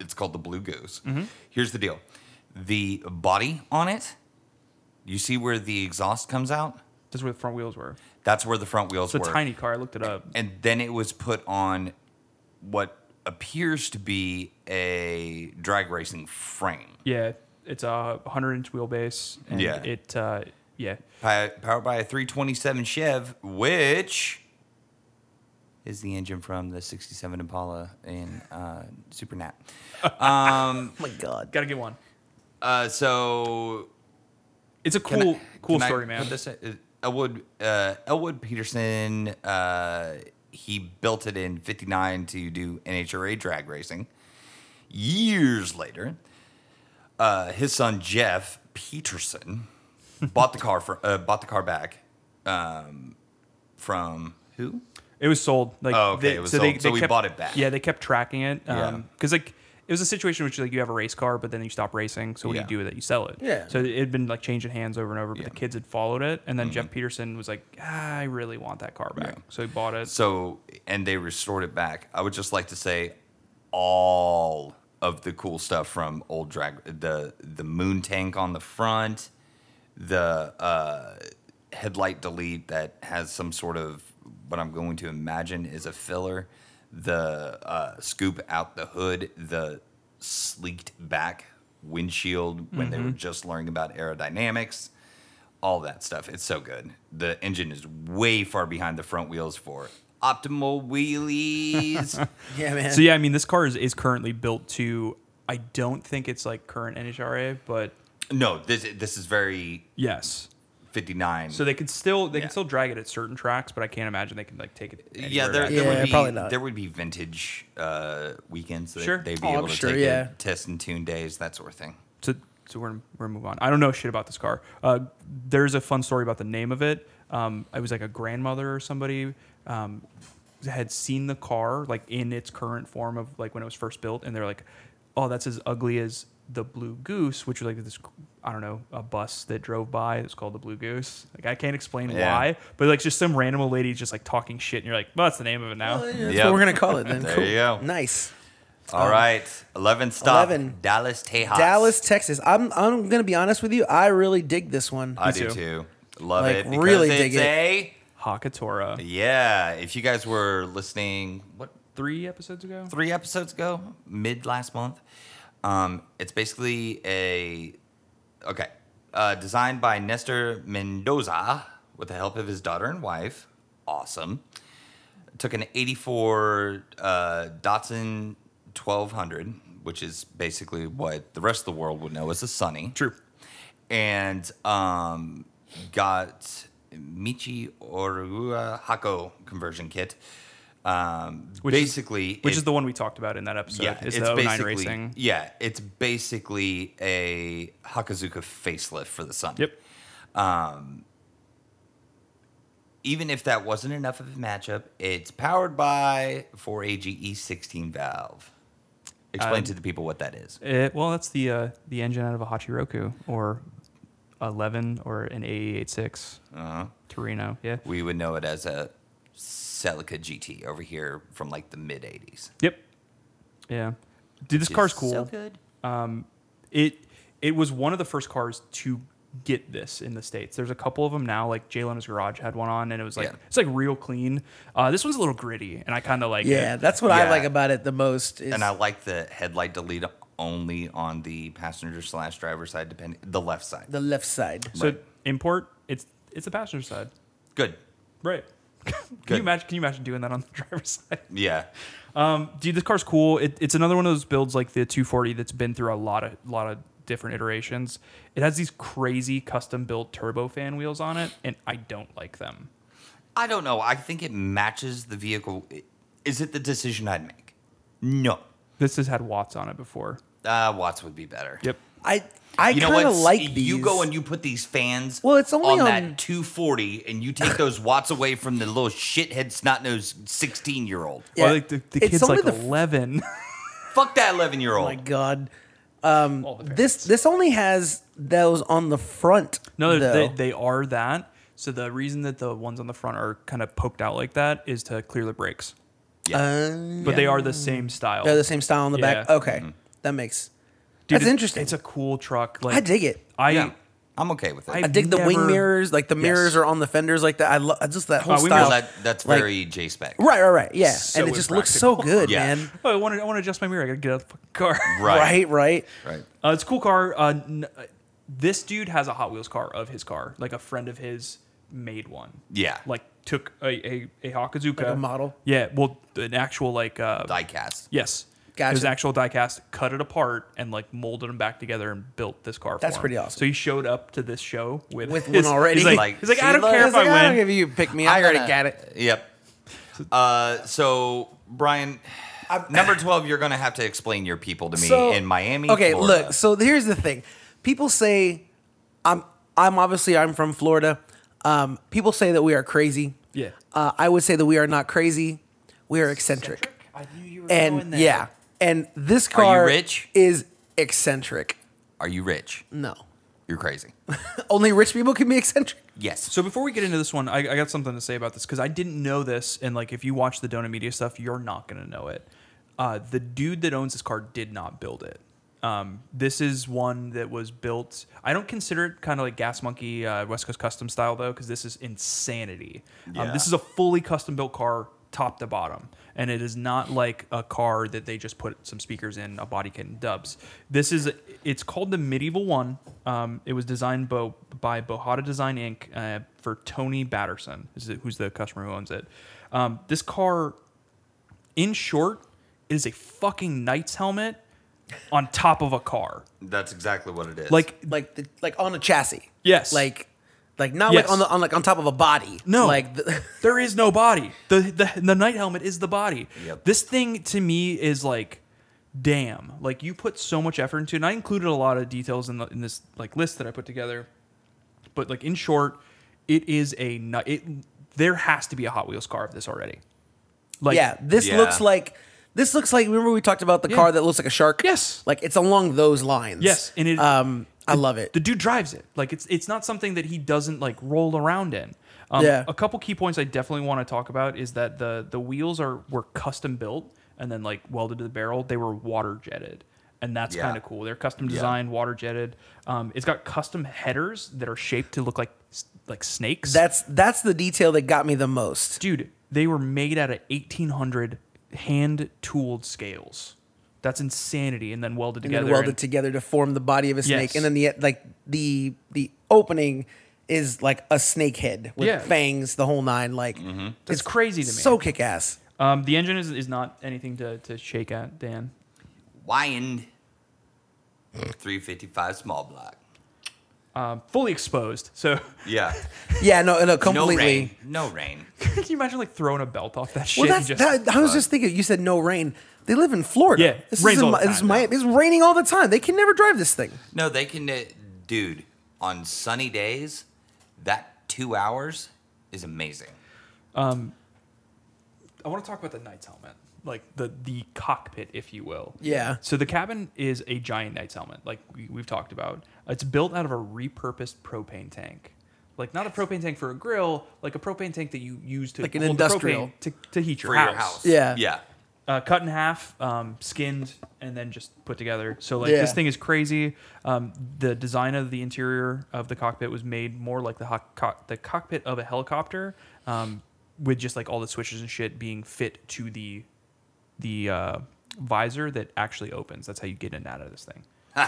[SPEAKER 1] It's called the Blue Goose.
[SPEAKER 2] Mm-hmm.
[SPEAKER 1] Here's the deal: the body on it. You see where the exhaust comes out?
[SPEAKER 3] That's where the front wheels were.
[SPEAKER 1] That's where the front wheels
[SPEAKER 3] It's a
[SPEAKER 1] were.
[SPEAKER 3] tiny car. I looked it up.
[SPEAKER 1] and then it was put on what appears to be a drag racing frame.
[SPEAKER 3] Yeah. it's a 100 inch wheelbase. And
[SPEAKER 1] Yeah.
[SPEAKER 3] It uh, yeah.
[SPEAKER 1] Pi- powered by a 327 Chev, which is the engine from the 67 Impala in uh, Supernat.
[SPEAKER 2] Oh my god.
[SPEAKER 3] Got to get one.
[SPEAKER 1] Uh, so
[SPEAKER 3] It's a
[SPEAKER 1] Can
[SPEAKER 3] cool
[SPEAKER 1] I-
[SPEAKER 3] cool
[SPEAKER 1] can I
[SPEAKER 3] story,
[SPEAKER 1] put
[SPEAKER 3] man.
[SPEAKER 1] This, uh, Elwood uh, Elwood Peterson, uh, he built it in '59 to do NHRA drag racing. Years later, uh, his son Jeff Peterson bought the car for uh, bought the car back um, from who?
[SPEAKER 3] It was sold. Like,
[SPEAKER 1] Oh, okay, it was sold. So we
[SPEAKER 3] kept-
[SPEAKER 1] bought it back.
[SPEAKER 3] Yeah, they kept tracking it.
[SPEAKER 1] Yeah.
[SPEAKER 3] Because like it was a situation in which like you have a race car, but then you stop racing. So what
[SPEAKER 1] Yeah.
[SPEAKER 3] do you do with it? You sell it.
[SPEAKER 2] Yeah.
[SPEAKER 3] So it had been like changing hands over and over, but
[SPEAKER 1] Yeah. Mm-hmm.
[SPEAKER 3] the kids had followed it, and then Jeff Peterson was like, ah, I really want that car back.
[SPEAKER 1] Yeah.
[SPEAKER 3] So he bought it.
[SPEAKER 1] So, and they restored it back. I would just like to say all of the cool stuff from old drag the the moon tank on the front, the uh, headlight delete that has some sort of what I'm going to imagine is a filler, the uh, scoop out the hood, the sleeked back windshield when they were just learning about aerodynamics all that stuff. It's so good. The engine is way far behind the front wheels for optimal wheelies.
[SPEAKER 2] Yeah, man.
[SPEAKER 3] So yeah, I mean, this car is, is currently built to. I don't think it's like current NHRA, but
[SPEAKER 1] no, this this is very
[SPEAKER 3] yes.
[SPEAKER 1] 59.
[SPEAKER 3] So they could still they
[SPEAKER 1] Yeah.
[SPEAKER 3] can still drag it at certain tracks, but I can't imagine they can like take it.
[SPEAKER 1] yeah,
[SPEAKER 3] anywhere
[SPEAKER 1] there,
[SPEAKER 3] else.
[SPEAKER 1] there
[SPEAKER 2] Yeah,
[SPEAKER 1] would be
[SPEAKER 2] probably not.
[SPEAKER 1] there would be vintage uh, weekends that
[SPEAKER 3] Sure.
[SPEAKER 1] they'd be
[SPEAKER 2] Oh, I'm
[SPEAKER 1] able to
[SPEAKER 2] sure,
[SPEAKER 1] take
[SPEAKER 2] yeah.
[SPEAKER 1] a test and tune days, that sort of thing.
[SPEAKER 3] so so we're we're gonna move on. I don't know shit about this car. Uh, there's a fun story about the name of it. Um, it was like a grandmother or somebody um, had seen the car like in its current form of like when it was first built, and they're like, "Oh, that's as ugly as the Blue Goose," which was like this I don't know a bus that drove by. It's called the Blue Goose. Like I can't explain
[SPEAKER 1] Yeah.
[SPEAKER 3] why, but like just some random old lady just like talking shit, and you're like, "Well, that's the name of it now."
[SPEAKER 2] Well, yeah, that's
[SPEAKER 1] Yeah.
[SPEAKER 2] what we're gonna call it then.
[SPEAKER 1] There
[SPEAKER 2] cool.
[SPEAKER 1] you go.
[SPEAKER 2] Nice.
[SPEAKER 1] All right, 11 stop.
[SPEAKER 2] 11.
[SPEAKER 1] Dallas Tejas.
[SPEAKER 2] Um, Dallas, Texas. I'm I'm gonna be honest with you. I really dig this one.
[SPEAKER 1] I
[SPEAKER 3] Me
[SPEAKER 1] do
[SPEAKER 3] too.
[SPEAKER 1] too. Love
[SPEAKER 2] Like,
[SPEAKER 1] it. because
[SPEAKER 2] really
[SPEAKER 1] it's
[SPEAKER 2] dig it.
[SPEAKER 1] a-
[SPEAKER 3] Hakatora.
[SPEAKER 1] yeah, if you guys were listening, what
[SPEAKER 3] Three episodes ago.
[SPEAKER 1] three episodes ago, mid last month. Um, it's basically a okay, uh, designed by Nestor Mendoza with the help of his daughter and wife. Awesome. Took an '84 uh, Datsun 1200, which is basically what the rest of the world would know as a Sunny
[SPEAKER 3] True.
[SPEAKER 1] and um, got Michi Orua Hako conversion kit. Um,
[SPEAKER 3] Which is-
[SPEAKER 1] basically,
[SPEAKER 3] Which is
[SPEAKER 1] is
[SPEAKER 3] the one we talked about in that episode.
[SPEAKER 1] yeah,
[SPEAKER 3] is
[SPEAKER 1] it's
[SPEAKER 3] the 09
[SPEAKER 1] basically
[SPEAKER 3] racing.
[SPEAKER 1] yeah, it's basically a Hakazuka facelift for the Sun.
[SPEAKER 3] Yep.
[SPEAKER 1] Even if that wasn't enough of a matchup, it's powered by 4AGE16 E, valve. Explain
[SPEAKER 3] Um,
[SPEAKER 1] to the people what that is.
[SPEAKER 3] It, well, that's the uh, the engine out of a Hachiroku or 11 or an AE86
[SPEAKER 1] Uh-huh.
[SPEAKER 3] Torino. Yeah.
[SPEAKER 1] We would know it as a Celica GT over here from like the mid 80s.
[SPEAKER 3] Yep. Yeah. Dude, this car's cool.
[SPEAKER 1] So good.
[SPEAKER 3] it it was one of the first cars to get this in the states. There's a couple of them now. Like Jay Leno's Garage had one on, and it was like
[SPEAKER 1] Yeah.
[SPEAKER 3] it's like real clean. Uh, this one's a little gritty, and I kind of like
[SPEAKER 2] Yeah,
[SPEAKER 3] it.
[SPEAKER 2] that's what I
[SPEAKER 1] Yeah.
[SPEAKER 2] like about it the most. Is
[SPEAKER 1] And I like the headlight delete only on the passenger slash driver side, depending the left side.
[SPEAKER 2] the left side.
[SPEAKER 3] so import. It's it's a passenger side,
[SPEAKER 1] Good.
[SPEAKER 3] right? can
[SPEAKER 1] Good.
[SPEAKER 3] you imagine? Can you imagine doing that on the driver's side?
[SPEAKER 1] Yeah.
[SPEAKER 3] Um, dude, this car's cool. It, it's another one of those builds like the 240 that's been through a lot of lot of different iterations. It has these crazy custom built turbofan wheels on it, and I don't like them.
[SPEAKER 1] I don't know. I think it matches the vehicle. Is it the decision I'd make? No.
[SPEAKER 3] This has had watts on it before.
[SPEAKER 1] Uh, Watts would be better.
[SPEAKER 3] Yep.
[SPEAKER 2] I I
[SPEAKER 1] You know
[SPEAKER 2] kind
[SPEAKER 1] what?
[SPEAKER 2] of like
[SPEAKER 1] you
[SPEAKER 2] these.
[SPEAKER 1] go and you put these fans
[SPEAKER 2] Well, it's only
[SPEAKER 1] on,
[SPEAKER 2] on-
[SPEAKER 1] that 240 and you take those watts away from the little shithead snot-nosed 16 year old.
[SPEAKER 2] Yeah.
[SPEAKER 3] Well, like the, the
[SPEAKER 2] It's
[SPEAKER 3] kid's
[SPEAKER 2] only
[SPEAKER 3] like
[SPEAKER 2] the f-
[SPEAKER 3] 11.
[SPEAKER 1] Fuck that 11 year
[SPEAKER 2] Oh my
[SPEAKER 1] old.
[SPEAKER 2] god.
[SPEAKER 3] All the
[SPEAKER 2] This this only has those on the front.
[SPEAKER 3] No,
[SPEAKER 2] though.
[SPEAKER 3] they, they are that. So the reason that the ones on the front are kind of poked out like that is to clear the brakes.
[SPEAKER 2] Uh,
[SPEAKER 3] But they are the same style.
[SPEAKER 2] they're Oh, the same style on the back.
[SPEAKER 3] Yeah. Mm-hmm.
[SPEAKER 2] Okay, that makes
[SPEAKER 3] Dude,
[SPEAKER 2] that's
[SPEAKER 3] it-
[SPEAKER 2] interesting.
[SPEAKER 3] It's a cool truck. Like
[SPEAKER 2] I dig it.
[SPEAKER 3] I
[SPEAKER 1] Yeah. I'm okay with it.
[SPEAKER 3] I-
[SPEAKER 2] I dig the wing
[SPEAKER 3] never-
[SPEAKER 2] mirrors, like the mirrors
[SPEAKER 3] Yes. Oh,
[SPEAKER 2] are on the fenders like that. I love just that whole
[SPEAKER 3] wing
[SPEAKER 2] style.
[SPEAKER 1] Well, that, that's
[SPEAKER 2] Like-
[SPEAKER 1] very J spec.
[SPEAKER 2] right, right, right. Yeah,
[SPEAKER 3] So
[SPEAKER 2] and it just looks so good,
[SPEAKER 1] Yeah.
[SPEAKER 2] man.
[SPEAKER 3] Oh, I want to, I want to adjust my mirror. I got to get out of the fucking car.
[SPEAKER 1] Right.
[SPEAKER 2] right. right.
[SPEAKER 1] Right.
[SPEAKER 3] Uh, it's a cool car. Uh, n- uh, this dude has a Hot Wheels car of his car. Like a friend of his made one.
[SPEAKER 1] Yeah.
[SPEAKER 3] Like took a a, a Hakazuka
[SPEAKER 2] Like a model?
[SPEAKER 3] Yeah. Well, an actual like. Uh,
[SPEAKER 1] Diecast.
[SPEAKER 3] yes. It was
[SPEAKER 2] Gotcha.
[SPEAKER 3] an actual diecast. Cut it apart and like molded them back together and built this car.
[SPEAKER 2] That's
[SPEAKER 3] for him.
[SPEAKER 2] pretty awesome.
[SPEAKER 3] So he showed up to this show with
[SPEAKER 2] With
[SPEAKER 3] his-
[SPEAKER 2] one already.
[SPEAKER 3] He's like,
[SPEAKER 1] Like,
[SPEAKER 3] he's like
[SPEAKER 1] see,
[SPEAKER 3] I don't
[SPEAKER 1] look,
[SPEAKER 3] care if
[SPEAKER 2] It's like,
[SPEAKER 3] I
[SPEAKER 2] I don't
[SPEAKER 3] win.
[SPEAKER 2] give you pick me. I already
[SPEAKER 1] gonna-
[SPEAKER 2] got it.
[SPEAKER 1] Yep. Uh, so Brian, number twelve, you're gonna have to explain your people to me in Miami.
[SPEAKER 2] Okay,
[SPEAKER 1] Florida.
[SPEAKER 2] look. So here's the thing. People say I'm I'm obviously I'm from Florida. Um, people say that we are crazy.
[SPEAKER 3] Yeah.
[SPEAKER 2] Uh, I would say that we are not crazy. We are eccentric.
[SPEAKER 3] I knew you were
[SPEAKER 2] And yeah. And this
[SPEAKER 1] you
[SPEAKER 2] car
[SPEAKER 1] rich?
[SPEAKER 2] is eccentric.
[SPEAKER 1] Are you rich?
[SPEAKER 2] No.
[SPEAKER 1] You're crazy.
[SPEAKER 2] Only rich people can be eccentric.
[SPEAKER 1] Yes.
[SPEAKER 3] So before we get into this one, I, I got something to say about this because I didn't know this, and like if you watch the Dona Media stuff, you're not gonna know it. Uh, the dude that owns this car did not build it. Um, this is one that was built. I don't consider it kind of like Gas Monkey uh, West Coast Custom style though, because this is insanity. Um,
[SPEAKER 1] Yeah.
[SPEAKER 3] this is a fully custom built car, top to bottom, and it is not like a car that they just put some speakers in, a body kit, and dubs. This is it's called the Medieval One. Um, it was designed bo- by Bohada Design Inc. Uh, for Tony Batterson, is it- who's the customer who owns it. Um, this car, in short, is a fucking knight's helmet on top of a car.
[SPEAKER 1] That's exactly what it is.
[SPEAKER 3] Like
[SPEAKER 2] Like the, like on a chassis.
[SPEAKER 3] Yes.
[SPEAKER 2] Like like not
[SPEAKER 3] Yes.
[SPEAKER 2] like on the on like on top of a body.
[SPEAKER 3] No.
[SPEAKER 2] Like the,
[SPEAKER 3] There is no body. The the the night helmet is the body.
[SPEAKER 1] Yep.
[SPEAKER 3] This thing to me is like damn. Like you put so much effort into it. And I included a lot of details in the, in this like list that I put together. But like in short, it is a nu- it there has to be a Hot Wheels car of this already. Like
[SPEAKER 2] yeah, this
[SPEAKER 1] Yeah.
[SPEAKER 2] looks like this looks like. Remember we talked about the car that looks like a shark.
[SPEAKER 3] Yes.
[SPEAKER 2] like it's along those lines.
[SPEAKER 3] Yes, and it-
[SPEAKER 2] Um, I love it.
[SPEAKER 3] the dude drives it. Like it's it's not something that he doesn't like roll around in. Um,
[SPEAKER 2] Yeah.
[SPEAKER 3] A couple key points I definitely want to talk about is that the the wheels are were custom built and then like welded to the barrel. They were water jetted, and that's
[SPEAKER 1] Yeah.
[SPEAKER 3] kind of cool. They're custom designed, water jetted. Um, it's got custom headers that are shaped to look like s- like snakes.
[SPEAKER 2] That's that's the detail that got me the most.
[SPEAKER 3] dude, they were made out of eighteen hundred hand tooled scales. That's insanity, and then welded
[SPEAKER 2] And
[SPEAKER 3] together.
[SPEAKER 2] then welded
[SPEAKER 3] and-
[SPEAKER 2] together to form the body of a snake,
[SPEAKER 3] Yes.
[SPEAKER 2] and then the like the the opening is like a snake head with
[SPEAKER 3] Yeah.
[SPEAKER 2] fangs, the whole nine. Like
[SPEAKER 3] That's crazy to me.
[SPEAKER 2] So kick ass.
[SPEAKER 3] um, the engine is, is not anything to, to shake at, Dan.
[SPEAKER 1] Wyand, three fifty five small block.
[SPEAKER 3] um, fully exposed. So
[SPEAKER 1] Yeah.
[SPEAKER 2] Yeah, no, no,
[SPEAKER 1] no
[SPEAKER 2] completely.
[SPEAKER 1] rain. No rain.
[SPEAKER 3] can you imagine like throwing a belt off that shit?
[SPEAKER 2] Well,
[SPEAKER 3] and
[SPEAKER 2] that's
[SPEAKER 3] just,
[SPEAKER 2] that, I was just thinking. You said no rain. They live in Florida.
[SPEAKER 3] Yeah,
[SPEAKER 2] this
[SPEAKER 3] rains
[SPEAKER 2] is
[SPEAKER 3] all the
[SPEAKER 2] this is
[SPEAKER 3] time,
[SPEAKER 2] Miami. It's raining all the time. They can never drive this thing.
[SPEAKER 1] No, they can. Uh, dude, on sunny days, that two hours is amazing.
[SPEAKER 3] I want to talk about the knight's helmet, like the the cockpit, if you will.
[SPEAKER 2] Yeah.
[SPEAKER 3] So the cabin is a giant knight's helmet, like we, we've talked about. It's built out of a repurposed propane tank. Like not a propane tank for a grill, like a propane tank that you use to
[SPEAKER 2] Like an
[SPEAKER 3] hold the propane
[SPEAKER 2] industrial.
[SPEAKER 3] to, to heat your
[SPEAKER 1] For
[SPEAKER 3] house.
[SPEAKER 1] your house.
[SPEAKER 2] Yeah.
[SPEAKER 1] Yeah.
[SPEAKER 3] uh, cut in half, um, skinned, and then just put together. So like
[SPEAKER 2] Yeah.
[SPEAKER 3] this thing is crazy. Um, the design of the interior of the cockpit was made more like the ho- co- the cockpit of a helicopter, um, with just like all the switches and shit being fit to the the uh, visor that actually opens. That's how you get in and out of this thing.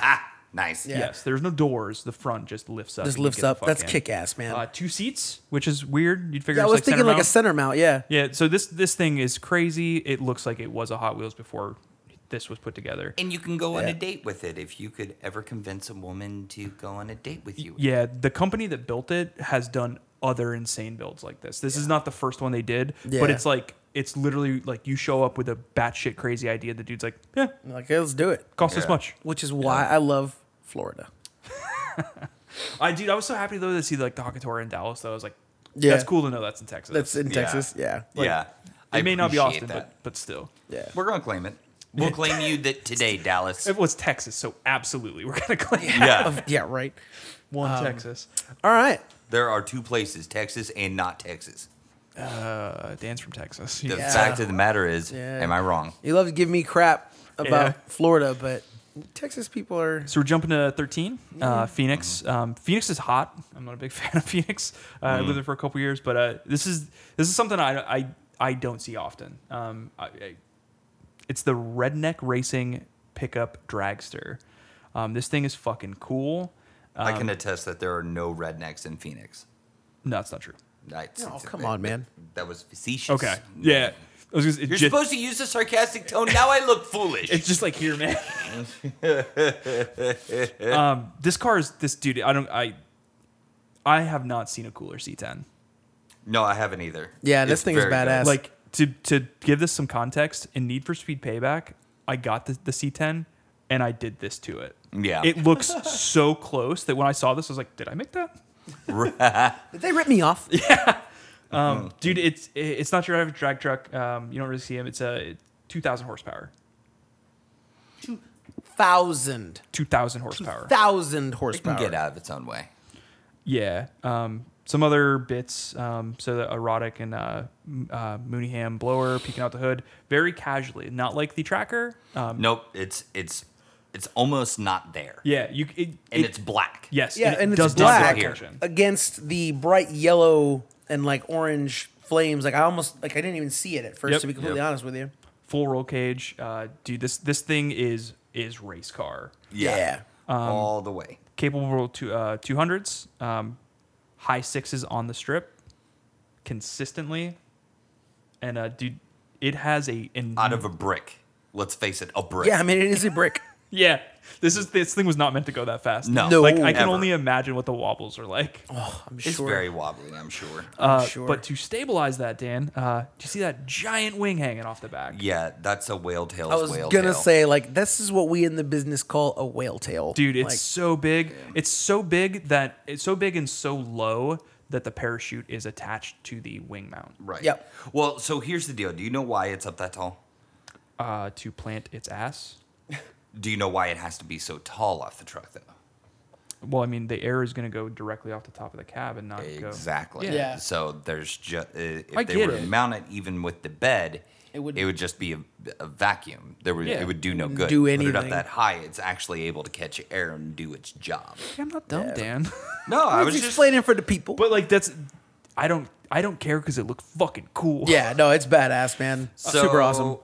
[SPEAKER 1] Nice.
[SPEAKER 2] Yeah.
[SPEAKER 3] Yes, there's no doors. The front just lifts up.
[SPEAKER 2] Just
[SPEAKER 3] and you
[SPEAKER 2] lifts
[SPEAKER 3] get the
[SPEAKER 2] up.
[SPEAKER 3] fuck
[SPEAKER 2] That's
[SPEAKER 3] in.
[SPEAKER 2] kick ass, man.
[SPEAKER 3] Uh, two seats, which is weird. You'd figure
[SPEAKER 2] I
[SPEAKER 3] it's
[SPEAKER 2] was
[SPEAKER 3] like
[SPEAKER 2] thinking
[SPEAKER 3] center
[SPEAKER 2] like a
[SPEAKER 3] mount.
[SPEAKER 2] center mount. Yeah.
[SPEAKER 3] Yeah, so this this thing is crazy. It looks like it was a Hot Wheels before this was put together.
[SPEAKER 1] And you can go on
[SPEAKER 2] Yeah.
[SPEAKER 1] a date with it if you could ever convince a woman to go on a date with you.
[SPEAKER 3] Yeah, the company that built it has done other insane builds like this. This is not the first one they did,
[SPEAKER 2] Yeah.
[SPEAKER 3] but it's like it's literally like you show up with a batshit crazy idea. The dude's like, yeah,
[SPEAKER 2] I'm Like, "Hey, let's do it.
[SPEAKER 3] cost this
[SPEAKER 1] Yeah.
[SPEAKER 3] much.
[SPEAKER 2] Which is why I love Florida.
[SPEAKER 3] I dude, I was so happy though to see like the Hakatora in Dallas. Though I was like,
[SPEAKER 2] Yeah.
[SPEAKER 3] that's cool to know that's in Texas.
[SPEAKER 2] That's in
[SPEAKER 1] Yeah.
[SPEAKER 2] Texas. Yeah. Like,
[SPEAKER 1] yeah.
[SPEAKER 3] it may not be
[SPEAKER 1] appreciate
[SPEAKER 3] Austin, but but still,
[SPEAKER 2] Yeah.
[SPEAKER 1] We're gonna claim it. We'll claim you that today, Dallas.
[SPEAKER 3] it was Texas, so absolutely we're gonna claim
[SPEAKER 1] Yeah, Um,
[SPEAKER 2] Yeah, right. Um,
[SPEAKER 3] one Texas.
[SPEAKER 2] All right.
[SPEAKER 1] there are two places, Texas and not Texas.
[SPEAKER 3] Uh, Dan's from Texas.
[SPEAKER 1] The
[SPEAKER 2] Yeah.
[SPEAKER 1] fact of the matter is,
[SPEAKER 2] Yeah.
[SPEAKER 1] am I wrong?
[SPEAKER 2] You love to give me crap about
[SPEAKER 3] Yeah.
[SPEAKER 2] Florida, but Texas people are.
[SPEAKER 3] So we're jumping to 13. Uh, Phoenix. Um, Phoenix is hot. I'm not a big fan of Phoenix. Uh, I lived there for a couple years, but uh, this is this is something I I, I don't see often. Um, I, I, it's the redneck racing pickup dragster. Um, this thing is fucking cool.
[SPEAKER 1] I
[SPEAKER 3] Um,
[SPEAKER 1] can attest that there are no rednecks in Phoenix.
[SPEAKER 3] No, that's not true.
[SPEAKER 1] I,
[SPEAKER 2] Oh, come on, man.
[SPEAKER 1] That was facetious.
[SPEAKER 3] Okay. Yeah. I was gonna, it
[SPEAKER 1] You're
[SPEAKER 3] just,
[SPEAKER 1] supposed to use a sarcastic tone. Now I look foolish.
[SPEAKER 3] It's just like here, man. um, this car is this dude. I don't. I I have not seen a cooler C10.
[SPEAKER 1] no, I haven't either.
[SPEAKER 2] Yeah, this
[SPEAKER 1] It's
[SPEAKER 2] thing is
[SPEAKER 1] very good.
[SPEAKER 2] badass.
[SPEAKER 3] Like to to give this some context in Need for Speed Payback, I got the, the C10 and I did this to it.
[SPEAKER 1] Yeah.
[SPEAKER 3] It looks so close that when I saw this, I was like, "Did I make that?"
[SPEAKER 2] Mm-hmm. Did they rip me off?
[SPEAKER 3] Um, dude, it's it's not your average drag truck. Um, you don't really see him. It's a 2,000 horsepower.
[SPEAKER 2] Thousand.
[SPEAKER 3] 2,000 horsepower.
[SPEAKER 2] Thousand
[SPEAKER 1] It can
[SPEAKER 2] horsepower.
[SPEAKER 1] get out of its own way.
[SPEAKER 3] Yeah. Um, some other bits. Um, so the erotic and uh, M- uh, Mooneyham blower peeking out the hood very casually, not like the tracker. Um,
[SPEAKER 1] Nope. It's it's it's almost not there,
[SPEAKER 3] yeah, you. It,
[SPEAKER 1] and
[SPEAKER 3] it-
[SPEAKER 1] it's black.
[SPEAKER 3] yes.
[SPEAKER 2] Yeah,
[SPEAKER 3] it
[SPEAKER 2] and it's
[SPEAKER 3] does not
[SPEAKER 2] black
[SPEAKER 3] draw
[SPEAKER 1] here.
[SPEAKER 3] attention.
[SPEAKER 2] against the bright yellow and like orange flames. Like I almost like I didn't even see it at first.
[SPEAKER 3] Yep.
[SPEAKER 2] To be completely
[SPEAKER 1] Yep.
[SPEAKER 2] honest with you.
[SPEAKER 3] Full roll cage, uh, dude. This this thing is is race car
[SPEAKER 2] Yeah.
[SPEAKER 3] Um,
[SPEAKER 1] all the way.
[SPEAKER 3] capable to uh, 200s, um, high sixes on the strip consistently, and uh, dude, it has a an
[SPEAKER 1] Out of a brick. Let's face it, a brick.
[SPEAKER 2] Mm. Yeah, I mean it is a brick.
[SPEAKER 3] Yeah. This is this thing was not meant to go that fast.
[SPEAKER 1] No.
[SPEAKER 2] No.
[SPEAKER 3] Like I can
[SPEAKER 1] Ever.
[SPEAKER 3] only imagine what the wobbles are like.
[SPEAKER 2] I'm
[SPEAKER 1] it's
[SPEAKER 2] sure.
[SPEAKER 1] very wobbly. I'm sure.
[SPEAKER 3] Uh,
[SPEAKER 2] sure.
[SPEAKER 3] But to stabilize that, Dan, uh, do you see that giant wing hanging off the back?
[SPEAKER 1] yeah, that's a whale tail.
[SPEAKER 2] I was
[SPEAKER 1] whale
[SPEAKER 2] gonna
[SPEAKER 1] tail.
[SPEAKER 2] say like this is what we in the business call a whale tail,
[SPEAKER 3] Dude, it's
[SPEAKER 2] Like,
[SPEAKER 3] so big. It's so big that it's so big and so low that the parachute is attached to the wing mount
[SPEAKER 1] Right.
[SPEAKER 2] Yep.
[SPEAKER 1] Well, so here's the deal. Do you know why it's up that tall?
[SPEAKER 3] uh, to plant its ass.
[SPEAKER 1] Do you know why it has to be so tall off the truck though?
[SPEAKER 3] Well, I mean, the air is going to go directly off the top of the cab and not go.
[SPEAKER 1] Exactly.
[SPEAKER 3] Yeah.
[SPEAKER 2] Yeah.
[SPEAKER 1] So there's just uh, if
[SPEAKER 3] I
[SPEAKER 1] they
[SPEAKER 3] get
[SPEAKER 1] were to
[SPEAKER 3] it.
[SPEAKER 1] mount it even with the bed,
[SPEAKER 2] It
[SPEAKER 1] it
[SPEAKER 2] would-
[SPEAKER 1] would it would just be a, a vacuum. There would
[SPEAKER 3] Yeah.
[SPEAKER 1] it would do no
[SPEAKER 2] Wouldn't
[SPEAKER 1] good.
[SPEAKER 2] do
[SPEAKER 1] Put it
[SPEAKER 2] anything.
[SPEAKER 1] up that high, it's actually able to catch air and do its job.
[SPEAKER 3] Yeah, I'm not dumb, Dan.
[SPEAKER 1] No, I
[SPEAKER 2] I
[SPEAKER 1] was
[SPEAKER 2] was
[SPEAKER 1] just
[SPEAKER 2] explaining for the people.
[SPEAKER 3] but like that's, I don't, I don't care because it looked fucking cool.
[SPEAKER 2] yeah, no, it's badass, man. Super awesome.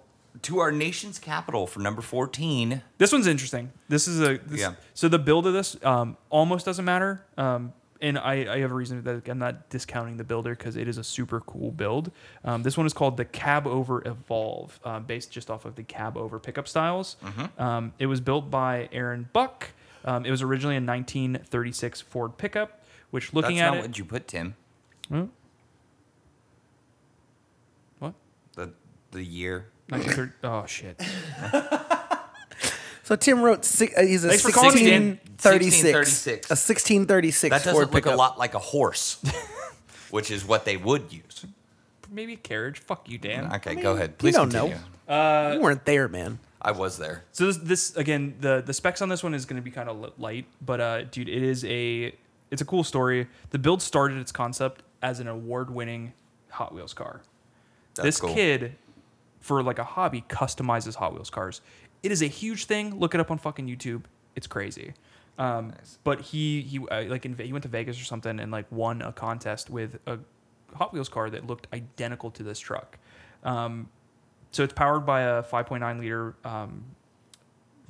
[SPEAKER 1] To our nation's capital for number fourteen.
[SPEAKER 3] This one's interesting. This is a this,
[SPEAKER 1] Yeah.
[SPEAKER 3] So the build of this um, almost doesn't matter, um, and I, I have a reason that I'm not discounting the builder because it is a super cool build. Um, this one is called the Cab Over Evolve, uh, based just off of the Cab Over pickup styles.
[SPEAKER 1] Mm-hmm.
[SPEAKER 3] Um, it was built by Aaron Buck. Um, it was originally a 1936 Ford pickup, which looking
[SPEAKER 1] That's
[SPEAKER 3] at
[SPEAKER 1] not
[SPEAKER 3] it,
[SPEAKER 1] what you put, Tim.
[SPEAKER 3] what
[SPEAKER 1] The the year.
[SPEAKER 3] 1930? oh shit.
[SPEAKER 2] So Tim wrote six, uh, he's a
[SPEAKER 3] Thanks for calling me, Dan.
[SPEAKER 2] 1636,
[SPEAKER 1] 1636.
[SPEAKER 2] a 1636
[SPEAKER 1] That doesn't
[SPEAKER 2] Ford
[SPEAKER 1] look
[SPEAKER 2] pickup.
[SPEAKER 1] a lot like a horse, which is what they would use.
[SPEAKER 3] Maybe a carriage. Fuck you, Dan.
[SPEAKER 1] Okay, go ahead. Please
[SPEAKER 2] you don't
[SPEAKER 1] continue.
[SPEAKER 2] know. you weren't there, man.
[SPEAKER 1] I was there.
[SPEAKER 3] So this, this again, the the specs on this one is going to be kind of light, but uh, dude, it is a it's a cool story. The build started its concept as an award-winning Hot Wheels car.
[SPEAKER 1] That's
[SPEAKER 3] this
[SPEAKER 1] cool.
[SPEAKER 3] kid, for like a hobby, customizes Hot Wheels cars. It is a huge thing. Look it up on fucking YouTube. It's crazy. Um, But he he uh, like in, Ve- he went to Vegas or something and like won a contest with a Hot Wheels car that looked identical to this truck. Um, so it's powered by a 5.9 liter um,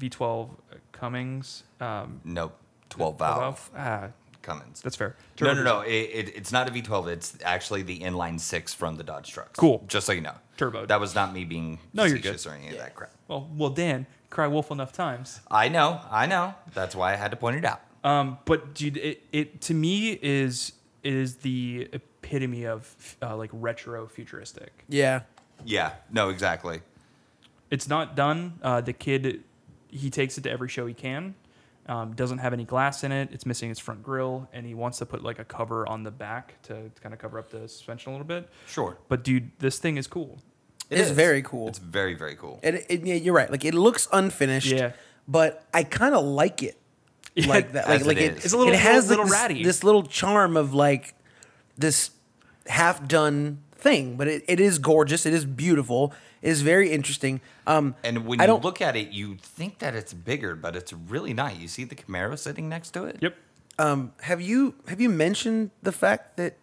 [SPEAKER 3] V12 Cummings. Um,
[SPEAKER 1] Nope. Twelve valve
[SPEAKER 3] valve. Ah,
[SPEAKER 1] Cummins.
[SPEAKER 3] that's fair.
[SPEAKER 1] No,
[SPEAKER 3] Turbo
[SPEAKER 1] no, no. It, it, it's not a V12. It's actually the inline six from the Dodge trucks.
[SPEAKER 3] Cool.
[SPEAKER 1] Just so you know.
[SPEAKER 3] Turbo.
[SPEAKER 1] That was not me being
[SPEAKER 3] No, you're
[SPEAKER 1] facetious
[SPEAKER 3] good.
[SPEAKER 1] or any of that crap.
[SPEAKER 3] Well, well, Dan, cry wolf enough times.
[SPEAKER 1] I know. I know. That's why I had to point it out.
[SPEAKER 3] Um, but dude, it, it to me is is the epitome of uh, like retro futuristic.
[SPEAKER 2] Yeah.
[SPEAKER 1] Yeah. No, exactly.
[SPEAKER 3] It's not done. Uh, the kid, he takes it to every show he can. Um, doesn't have any glass in it. It's missing its front grill, and he wants to put like a cover on the back to kind of cover up the suspension a little bit.
[SPEAKER 1] Sure.
[SPEAKER 3] But dude, this thing is cool.
[SPEAKER 2] It is very cool.
[SPEAKER 1] It's very, very cool.
[SPEAKER 2] It, it, yeah, you're right. Like it looks unfinished.
[SPEAKER 3] Yeah.
[SPEAKER 2] But I kind of like it
[SPEAKER 3] Yeah,
[SPEAKER 2] like that. Like,
[SPEAKER 1] as
[SPEAKER 2] like
[SPEAKER 1] it
[SPEAKER 2] it,
[SPEAKER 1] is.
[SPEAKER 3] It's a little-
[SPEAKER 2] it has like
[SPEAKER 3] little- little
[SPEAKER 2] this,
[SPEAKER 3] ratty.
[SPEAKER 2] this little charm of like this half done thing, but it, it is gorgeous. It is beautiful. It is very interesting. Um,
[SPEAKER 1] And when
[SPEAKER 2] I
[SPEAKER 1] you
[SPEAKER 2] don't-
[SPEAKER 1] look at it, you think that it's bigger, but it's really not. You see the Camaro sitting next to it?
[SPEAKER 3] Yep.
[SPEAKER 2] um, have you have you mentioned the fact that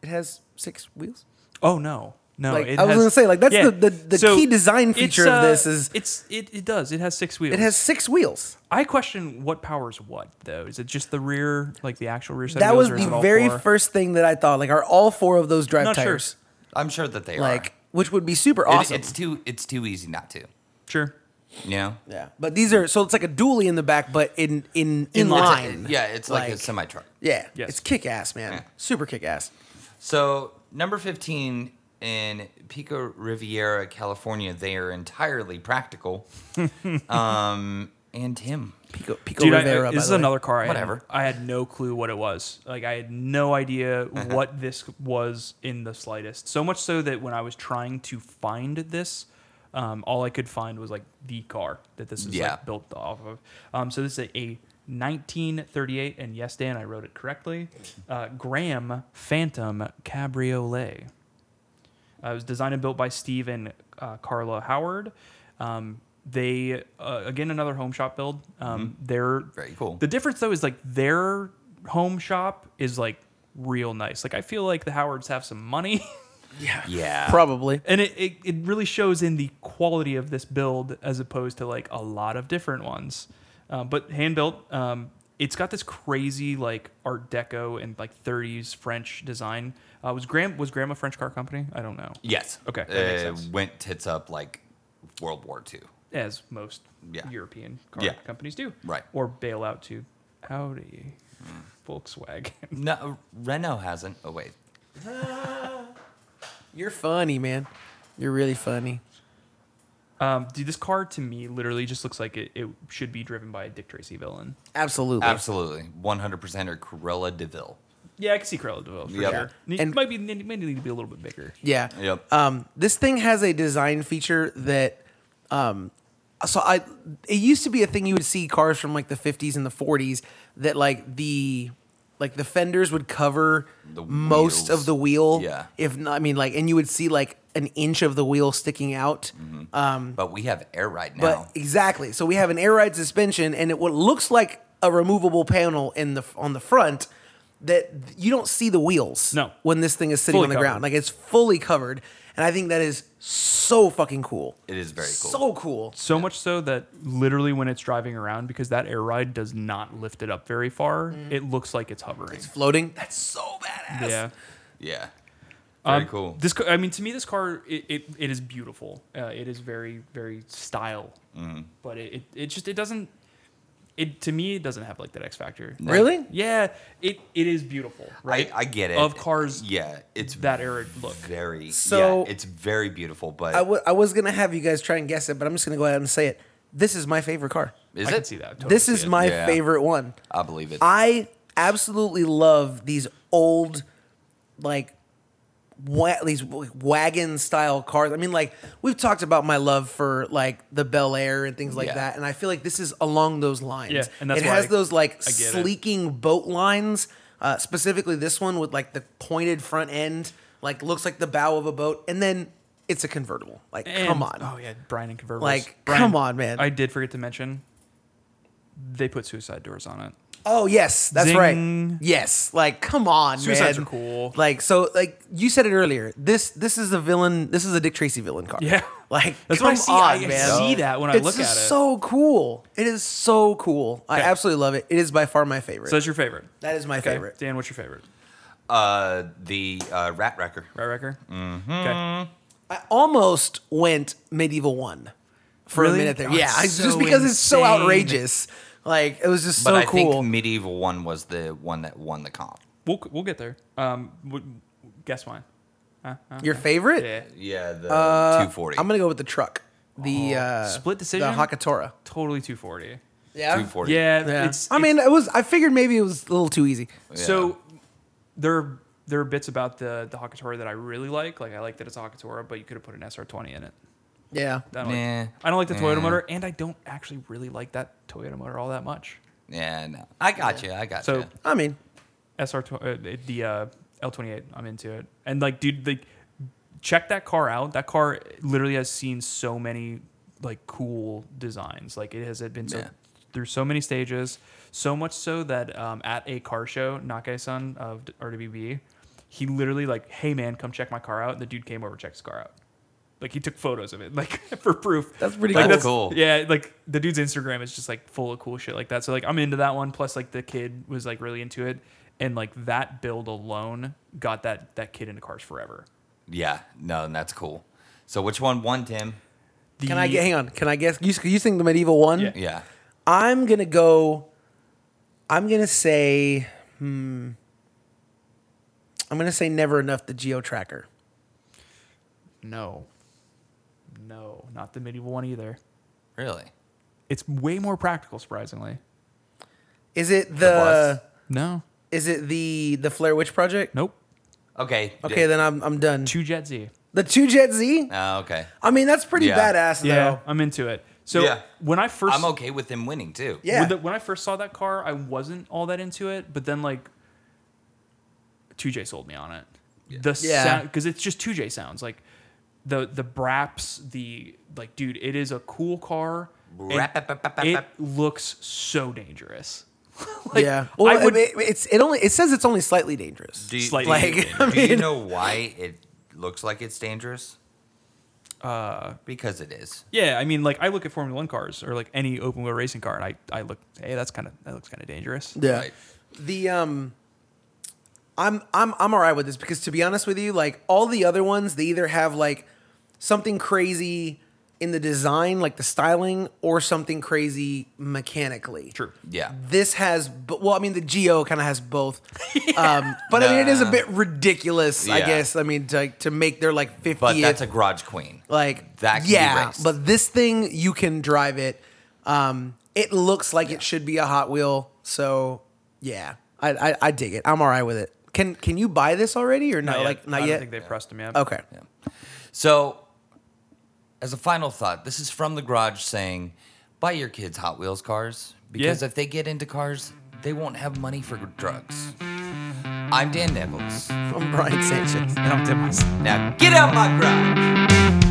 [SPEAKER 2] it has six wheels?
[SPEAKER 3] Oh no, no.
[SPEAKER 2] Like,
[SPEAKER 3] it
[SPEAKER 2] I was
[SPEAKER 3] has-
[SPEAKER 2] gonna say, like, that's the- the- the key design
[SPEAKER 3] it's, uh,
[SPEAKER 2] feature of this is-
[SPEAKER 3] it's it, it does it has six wheels.
[SPEAKER 2] It has six wheels.
[SPEAKER 3] I question what powers what though. Is it just the rear, like the actual rear set?
[SPEAKER 2] that
[SPEAKER 3] of
[SPEAKER 2] was
[SPEAKER 3] wheels, or is it
[SPEAKER 2] the
[SPEAKER 3] all
[SPEAKER 2] very
[SPEAKER 3] four?
[SPEAKER 2] first thing that I thought. Like, are all four of those drive
[SPEAKER 3] Not sure.
[SPEAKER 2] tires
[SPEAKER 1] I'm sure that they
[SPEAKER 2] like,
[SPEAKER 1] are.
[SPEAKER 2] which would be super
[SPEAKER 1] It-
[SPEAKER 2] awesome?
[SPEAKER 1] it's too it's too easy not to.
[SPEAKER 3] Sure.
[SPEAKER 1] You know?
[SPEAKER 2] yeah, but these are so it's like a dually in the back, but in in in,
[SPEAKER 1] It's a-
[SPEAKER 2] line.
[SPEAKER 1] yeah, it's like, a
[SPEAKER 2] Like-
[SPEAKER 1] semi truck.
[SPEAKER 2] Yeah,
[SPEAKER 3] Yes.
[SPEAKER 2] it's kick ass, man.
[SPEAKER 1] Yeah.
[SPEAKER 2] Super kick ass.
[SPEAKER 1] So number fifteen in Pico Riviera, California, they are entirely practical. um, and Tim.
[SPEAKER 2] Pico Pico
[SPEAKER 3] Dude, I-
[SPEAKER 2] Rivera. by
[SPEAKER 3] this is
[SPEAKER 2] the way.
[SPEAKER 3] another car. I
[SPEAKER 1] Whatever.
[SPEAKER 3] Had, I had no clue what it was. Like I had no idea what this was in the slightest. So much so that when I was trying to find this, um, all I could find was like the car that this is
[SPEAKER 1] Yeah.
[SPEAKER 3] like, built off of. Um, so this is a, a 1938, and yes, Dan, I wrote it correctly. Uh, Graham Phantom Cabriolet. Uh, it was designed and built by Steve and uh, Carla Howard. Um, they uh, again another home shop build. Um, They're
[SPEAKER 1] Mm-hmm. Very cool.
[SPEAKER 3] The difference though is like their home shop is like real nice. Like I feel like the Howards have some money,
[SPEAKER 1] Yeah.
[SPEAKER 2] Probably.
[SPEAKER 3] and it, it it really shows in the quality of this build as opposed to like a lot of different ones. Uh, but hand built. Um, it's got this crazy like Art Deco and like 30s French design. Uh, was Graham was Graham a French car company? I don't know.
[SPEAKER 1] Yes.
[SPEAKER 3] Okay, that makes
[SPEAKER 1] Uh,
[SPEAKER 3] sense.
[SPEAKER 1] went tits up like World War II.
[SPEAKER 3] as most
[SPEAKER 1] Yeah.
[SPEAKER 3] European car
[SPEAKER 1] Yeah.
[SPEAKER 3] companies do,
[SPEAKER 1] Right.
[SPEAKER 3] Or bail out to Audi, Volkswagen.
[SPEAKER 1] No, Renault hasn't. Oh wait.
[SPEAKER 2] You're funny, man. You're really funny.
[SPEAKER 3] Um, dude, this car to me literally just looks like it, it should be driven by a Dick Tracy villain.
[SPEAKER 2] Absolutely.
[SPEAKER 1] Absolutely. 100% or Corolla DeVille.
[SPEAKER 3] Yeah, I can see Cruella Deville for
[SPEAKER 1] Yep.
[SPEAKER 3] sure. Ne-
[SPEAKER 2] And-
[SPEAKER 3] might be ne- might need to be a little bit bigger.
[SPEAKER 2] Yeah.
[SPEAKER 1] Yep.
[SPEAKER 2] Um, this thing has a design feature that, um, so I, it used to be a thing you would see cars from like the 50s and the 40s that like the, like the fenders would cover
[SPEAKER 1] The
[SPEAKER 2] most
[SPEAKER 1] wheels.
[SPEAKER 2] of the wheel.
[SPEAKER 1] Yeah.
[SPEAKER 2] If not, I mean like, and you would see like an inch of the wheel sticking out.
[SPEAKER 1] Mm-hmm.
[SPEAKER 3] Mm-hmm.
[SPEAKER 2] Um,
[SPEAKER 1] But we have air right
[SPEAKER 2] but
[SPEAKER 1] now.
[SPEAKER 2] exactly. So we have an air ride suspension and it what looks like a removable panel in the on the front that you don't see the wheels
[SPEAKER 3] No.
[SPEAKER 2] when this thing is sitting
[SPEAKER 3] Fully
[SPEAKER 2] on the
[SPEAKER 3] covered.
[SPEAKER 2] ground. Like it's fully covered. And I think that is so fucking cool.
[SPEAKER 1] It is very cool.
[SPEAKER 2] So cool.
[SPEAKER 3] So much so that literally when it's driving around, because that air ride does not lift it up very far, it looks like it's hovering.
[SPEAKER 2] Floating. That's so badass.
[SPEAKER 3] yeah.
[SPEAKER 1] yeah. Very
[SPEAKER 3] Um,
[SPEAKER 1] cool.
[SPEAKER 3] This, ca- I mean, to me, this car it, it, it is beautiful. Uh, it is very very style,
[SPEAKER 1] Mm-hmm.
[SPEAKER 3] but it, it it just it doesn't. It to me it doesn't have like that X factor.
[SPEAKER 2] Really?
[SPEAKER 3] Yeah, it it is beautiful, right?
[SPEAKER 1] I, I get it.
[SPEAKER 3] Of cars,
[SPEAKER 1] Yeah. It's
[SPEAKER 3] that arid look.
[SPEAKER 1] very
[SPEAKER 2] So-
[SPEAKER 1] yeah, it's very beautiful, but
[SPEAKER 2] I wa- I was gonna have you guys try and guess it, but I'm just gonna go ahead and say it. This is my favorite car.
[SPEAKER 1] is
[SPEAKER 3] I
[SPEAKER 1] it?
[SPEAKER 3] can see that. Totally
[SPEAKER 2] this
[SPEAKER 3] see
[SPEAKER 2] is
[SPEAKER 3] it.
[SPEAKER 2] my
[SPEAKER 1] Yeah.
[SPEAKER 2] favorite one.
[SPEAKER 1] I believe it.
[SPEAKER 2] I absolutely love these old, like, wa- these wagon style cars. I mean, like, we've talked about my love for like the Bel Air and things like
[SPEAKER 1] Yeah.
[SPEAKER 2] that, and I feel like this is along those lines.
[SPEAKER 3] Yeah, and that's
[SPEAKER 2] it
[SPEAKER 3] why
[SPEAKER 2] has
[SPEAKER 3] I-
[SPEAKER 2] those like
[SPEAKER 3] I get it.
[SPEAKER 2] sleeking boat lines. Uh, specifically, this one with like the pointed front end, like looks like the bow of a boat, and then it's a convertible. Like,
[SPEAKER 3] And-
[SPEAKER 2] come on,
[SPEAKER 3] Oh yeah, Brian and convertibles.
[SPEAKER 2] Like,
[SPEAKER 3] Brian,
[SPEAKER 2] come on, man.
[SPEAKER 3] I did forget to mention. They put suicide doors on it.
[SPEAKER 2] Oh yes, that's
[SPEAKER 3] Zing.
[SPEAKER 2] right. Yes, like come on,
[SPEAKER 3] Suicides
[SPEAKER 2] man.
[SPEAKER 3] are cool.
[SPEAKER 2] Like so, like you said it earlier. This this is a villain. This is a Dick Tracy villain car.
[SPEAKER 3] Yeah.
[SPEAKER 2] like
[SPEAKER 3] That's
[SPEAKER 2] come
[SPEAKER 3] what I see. I-
[SPEAKER 2] on,
[SPEAKER 3] I
[SPEAKER 2] man.
[SPEAKER 3] see that when I
[SPEAKER 2] It's
[SPEAKER 3] look
[SPEAKER 2] just
[SPEAKER 3] at it.
[SPEAKER 2] So cool. It is so cool. I
[SPEAKER 3] Okay.
[SPEAKER 2] absolutely love it. It is by far my favorite.
[SPEAKER 3] So that's your favorite.
[SPEAKER 2] that is my
[SPEAKER 3] Okay.
[SPEAKER 2] favorite.
[SPEAKER 3] Dan, what's your favorite?
[SPEAKER 1] uh the uh, rat wrecker.
[SPEAKER 3] Right, Wrecker. Mm-hmm. Okay.
[SPEAKER 2] I almost went medieval one for a
[SPEAKER 3] Really?
[SPEAKER 2] minute there.
[SPEAKER 3] Oh,
[SPEAKER 2] yeah,
[SPEAKER 3] it's
[SPEAKER 2] I- just
[SPEAKER 3] so
[SPEAKER 2] because it's so
[SPEAKER 3] insane.
[SPEAKER 2] outrageous. Like it was just
[SPEAKER 1] But
[SPEAKER 2] so
[SPEAKER 1] I
[SPEAKER 2] cool.
[SPEAKER 1] think medieval one was the one that won the comp.
[SPEAKER 3] We'll we'll get there. Um, w- guess mine. Huh? Huh?
[SPEAKER 2] Your favorite?
[SPEAKER 3] Yeah.
[SPEAKER 1] Yeah, the
[SPEAKER 2] Uh,
[SPEAKER 1] 240.
[SPEAKER 2] I'm gonna go with the truck. The
[SPEAKER 3] Oh,
[SPEAKER 2] uh,
[SPEAKER 3] split decision?
[SPEAKER 2] The Hakatora.
[SPEAKER 3] Totally 240.
[SPEAKER 2] Yeah.
[SPEAKER 1] 240.
[SPEAKER 3] Yeah,
[SPEAKER 2] Yeah.
[SPEAKER 3] it's.
[SPEAKER 2] I
[SPEAKER 3] it's-
[SPEAKER 2] mean, it was. I figured maybe it was a little too easy.
[SPEAKER 3] So there are, there are bits about the the Hakatora that I really like. Like I like that it's a Hakatora, but you could have put an SR20 in it.
[SPEAKER 2] Yeah.
[SPEAKER 3] I don't,
[SPEAKER 1] Nah.
[SPEAKER 3] like, I don't like the Toyota
[SPEAKER 1] Nah.
[SPEAKER 3] motor, and I don't actually really like that Toyota motor all that much.
[SPEAKER 1] Yeah, no. I got you. I got
[SPEAKER 3] So-
[SPEAKER 1] you.
[SPEAKER 2] I mean,
[SPEAKER 3] SR uh, the uh, L28, I'm into it. And like, dude, like check that car out. That car literally has seen so many like cool designs. Like it has been so,
[SPEAKER 1] Yeah.
[SPEAKER 3] through so many stages, so much so that um, at a car show, Nakai-san of RWB, he literally like, hey man, come check my car out. And the dude came over, checked his car out. Like he took photos of it, like for proof.
[SPEAKER 2] That's pretty
[SPEAKER 3] Like,
[SPEAKER 2] cool.
[SPEAKER 1] That's cool.
[SPEAKER 3] Yeah, like the dude's Instagram is just like full of cool shit like that. So like I'm into that one. Plus like the kid was like really into it, and like that build alone got that that kid into cars forever.
[SPEAKER 1] Yeah, no, and that's cool. So which one won, Tim?
[SPEAKER 3] The-
[SPEAKER 2] Can I get? Hang on. Can I guess? You, you think the medieval one?
[SPEAKER 3] Yeah.
[SPEAKER 1] Yeah.
[SPEAKER 2] I'm gonna go. I'm gonna say. Hmm. I'm gonna say never enough. The Geo Tracker.
[SPEAKER 3] No. No, not the medieval one either.
[SPEAKER 1] Really?
[SPEAKER 3] It's way more practical, surprisingly.
[SPEAKER 2] Is it
[SPEAKER 1] bus?
[SPEAKER 2] the?
[SPEAKER 3] No.
[SPEAKER 2] is it the the Flare Witch Project?
[SPEAKER 3] Nope.
[SPEAKER 1] Okay.
[SPEAKER 2] Okay, then I'm I'm done.
[SPEAKER 3] Two Jet Z.
[SPEAKER 2] The two Jet Z.
[SPEAKER 1] Oh, okay.
[SPEAKER 2] I mean, that's pretty
[SPEAKER 1] Yeah.
[SPEAKER 2] badass
[SPEAKER 3] Yeah,
[SPEAKER 2] though.
[SPEAKER 3] I'm into it. So
[SPEAKER 1] Yeah.
[SPEAKER 3] when I 1st
[SPEAKER 1] I'm okay with him winning too.
[SPEAKER 2] Yeah.
[SPEAKER 3] When, the- when I first saw that car, I wasn't all that into it, but then like 2J sold me on it. The
[SPEAKER 2] Yeah.
[SPEAKER 3] sound because it's just 2J sounds like the the braps, the like, dude, it is a cool car. and It
[SPEAKER 1] Rap-a-pa-pa-pa-pa.
[SPEAKER 3] looks so dangerous. Like,
[SPEAKER 2] yeah. Well,
[SPEAKER 3] I would,
[SPEAKER 2] it, it's it only it says it's only slightly dangerous.
[SPEAKER 1] Do you,
[SPEAKER 3] Slightly.
[SPEAKER 1] do you-
[SPEAKER 2] Like, I
[SPEAKER 1] do you
[SPEAKER 2] mean-
[SPEAKER 1] know why it looks like it's dangerous? Uh, because it is.
[SPEAKER 3] yeah, I mean, like I look at Formula One cars or like any open wheel racing car, and I I look, hey, that's kind of that looks kind of dangerous.
[SPEAKER 2] Yeah.
[SPEAKER 1] Right.
[SPEAKER 2] The um I'm I'm I'm alright with this because to be honest with you, like all the other ones, they either have like something crazy in the design, like the styling, or something crazy mechanically.
[SPEAKER 3] True.
[SPEAKER 1] Yeah.
[SPEAKER 2] This has, bo- well, I mean, the Geo kind of has both, um, but I mean, it is a
[SPEAKER 1] Nah.
[SPEAKER 2] bit ridiculous, I
[SPEAKER 1] Yeah.
[SPEAKER 2] guess. I mean, to, to make their like fiftieth,
[SPEAKER 1] But that's a garage queen.
[SPEAKER 2] like
[SPEAKER 1] That can be
[SPEAKER 2] yeah
[SPEAKER 1] raced.
[SPEAKER 2] but this thing you can drive it um it looks like it should be a hot wheel so yeah I, I i dig it i'm all right with it can can you buy this already or no
[SPEAKER 3] yet.
[SPEAKER 2] like not
[SPEAKER 3] I
[SPEAKER 2] yet Oh,
[SPEAKER 3] don't think they pressed him yet.
[SPEAKER 2] okay
[SPEAKER 1] So, as a final thought, this is from the garage saying, buy your kids Hot Wheels cars because
[SPEAKER 3] Yeah.
[SPEAKER 1] if they get into cars, they won't have money for drugs. I'm Dan Nichols.
[SPEAKER 2] from brian sanchez
[SPEAKER 3] And I'm Tim Wise.
[SPEAKER 1] Now get out my garage.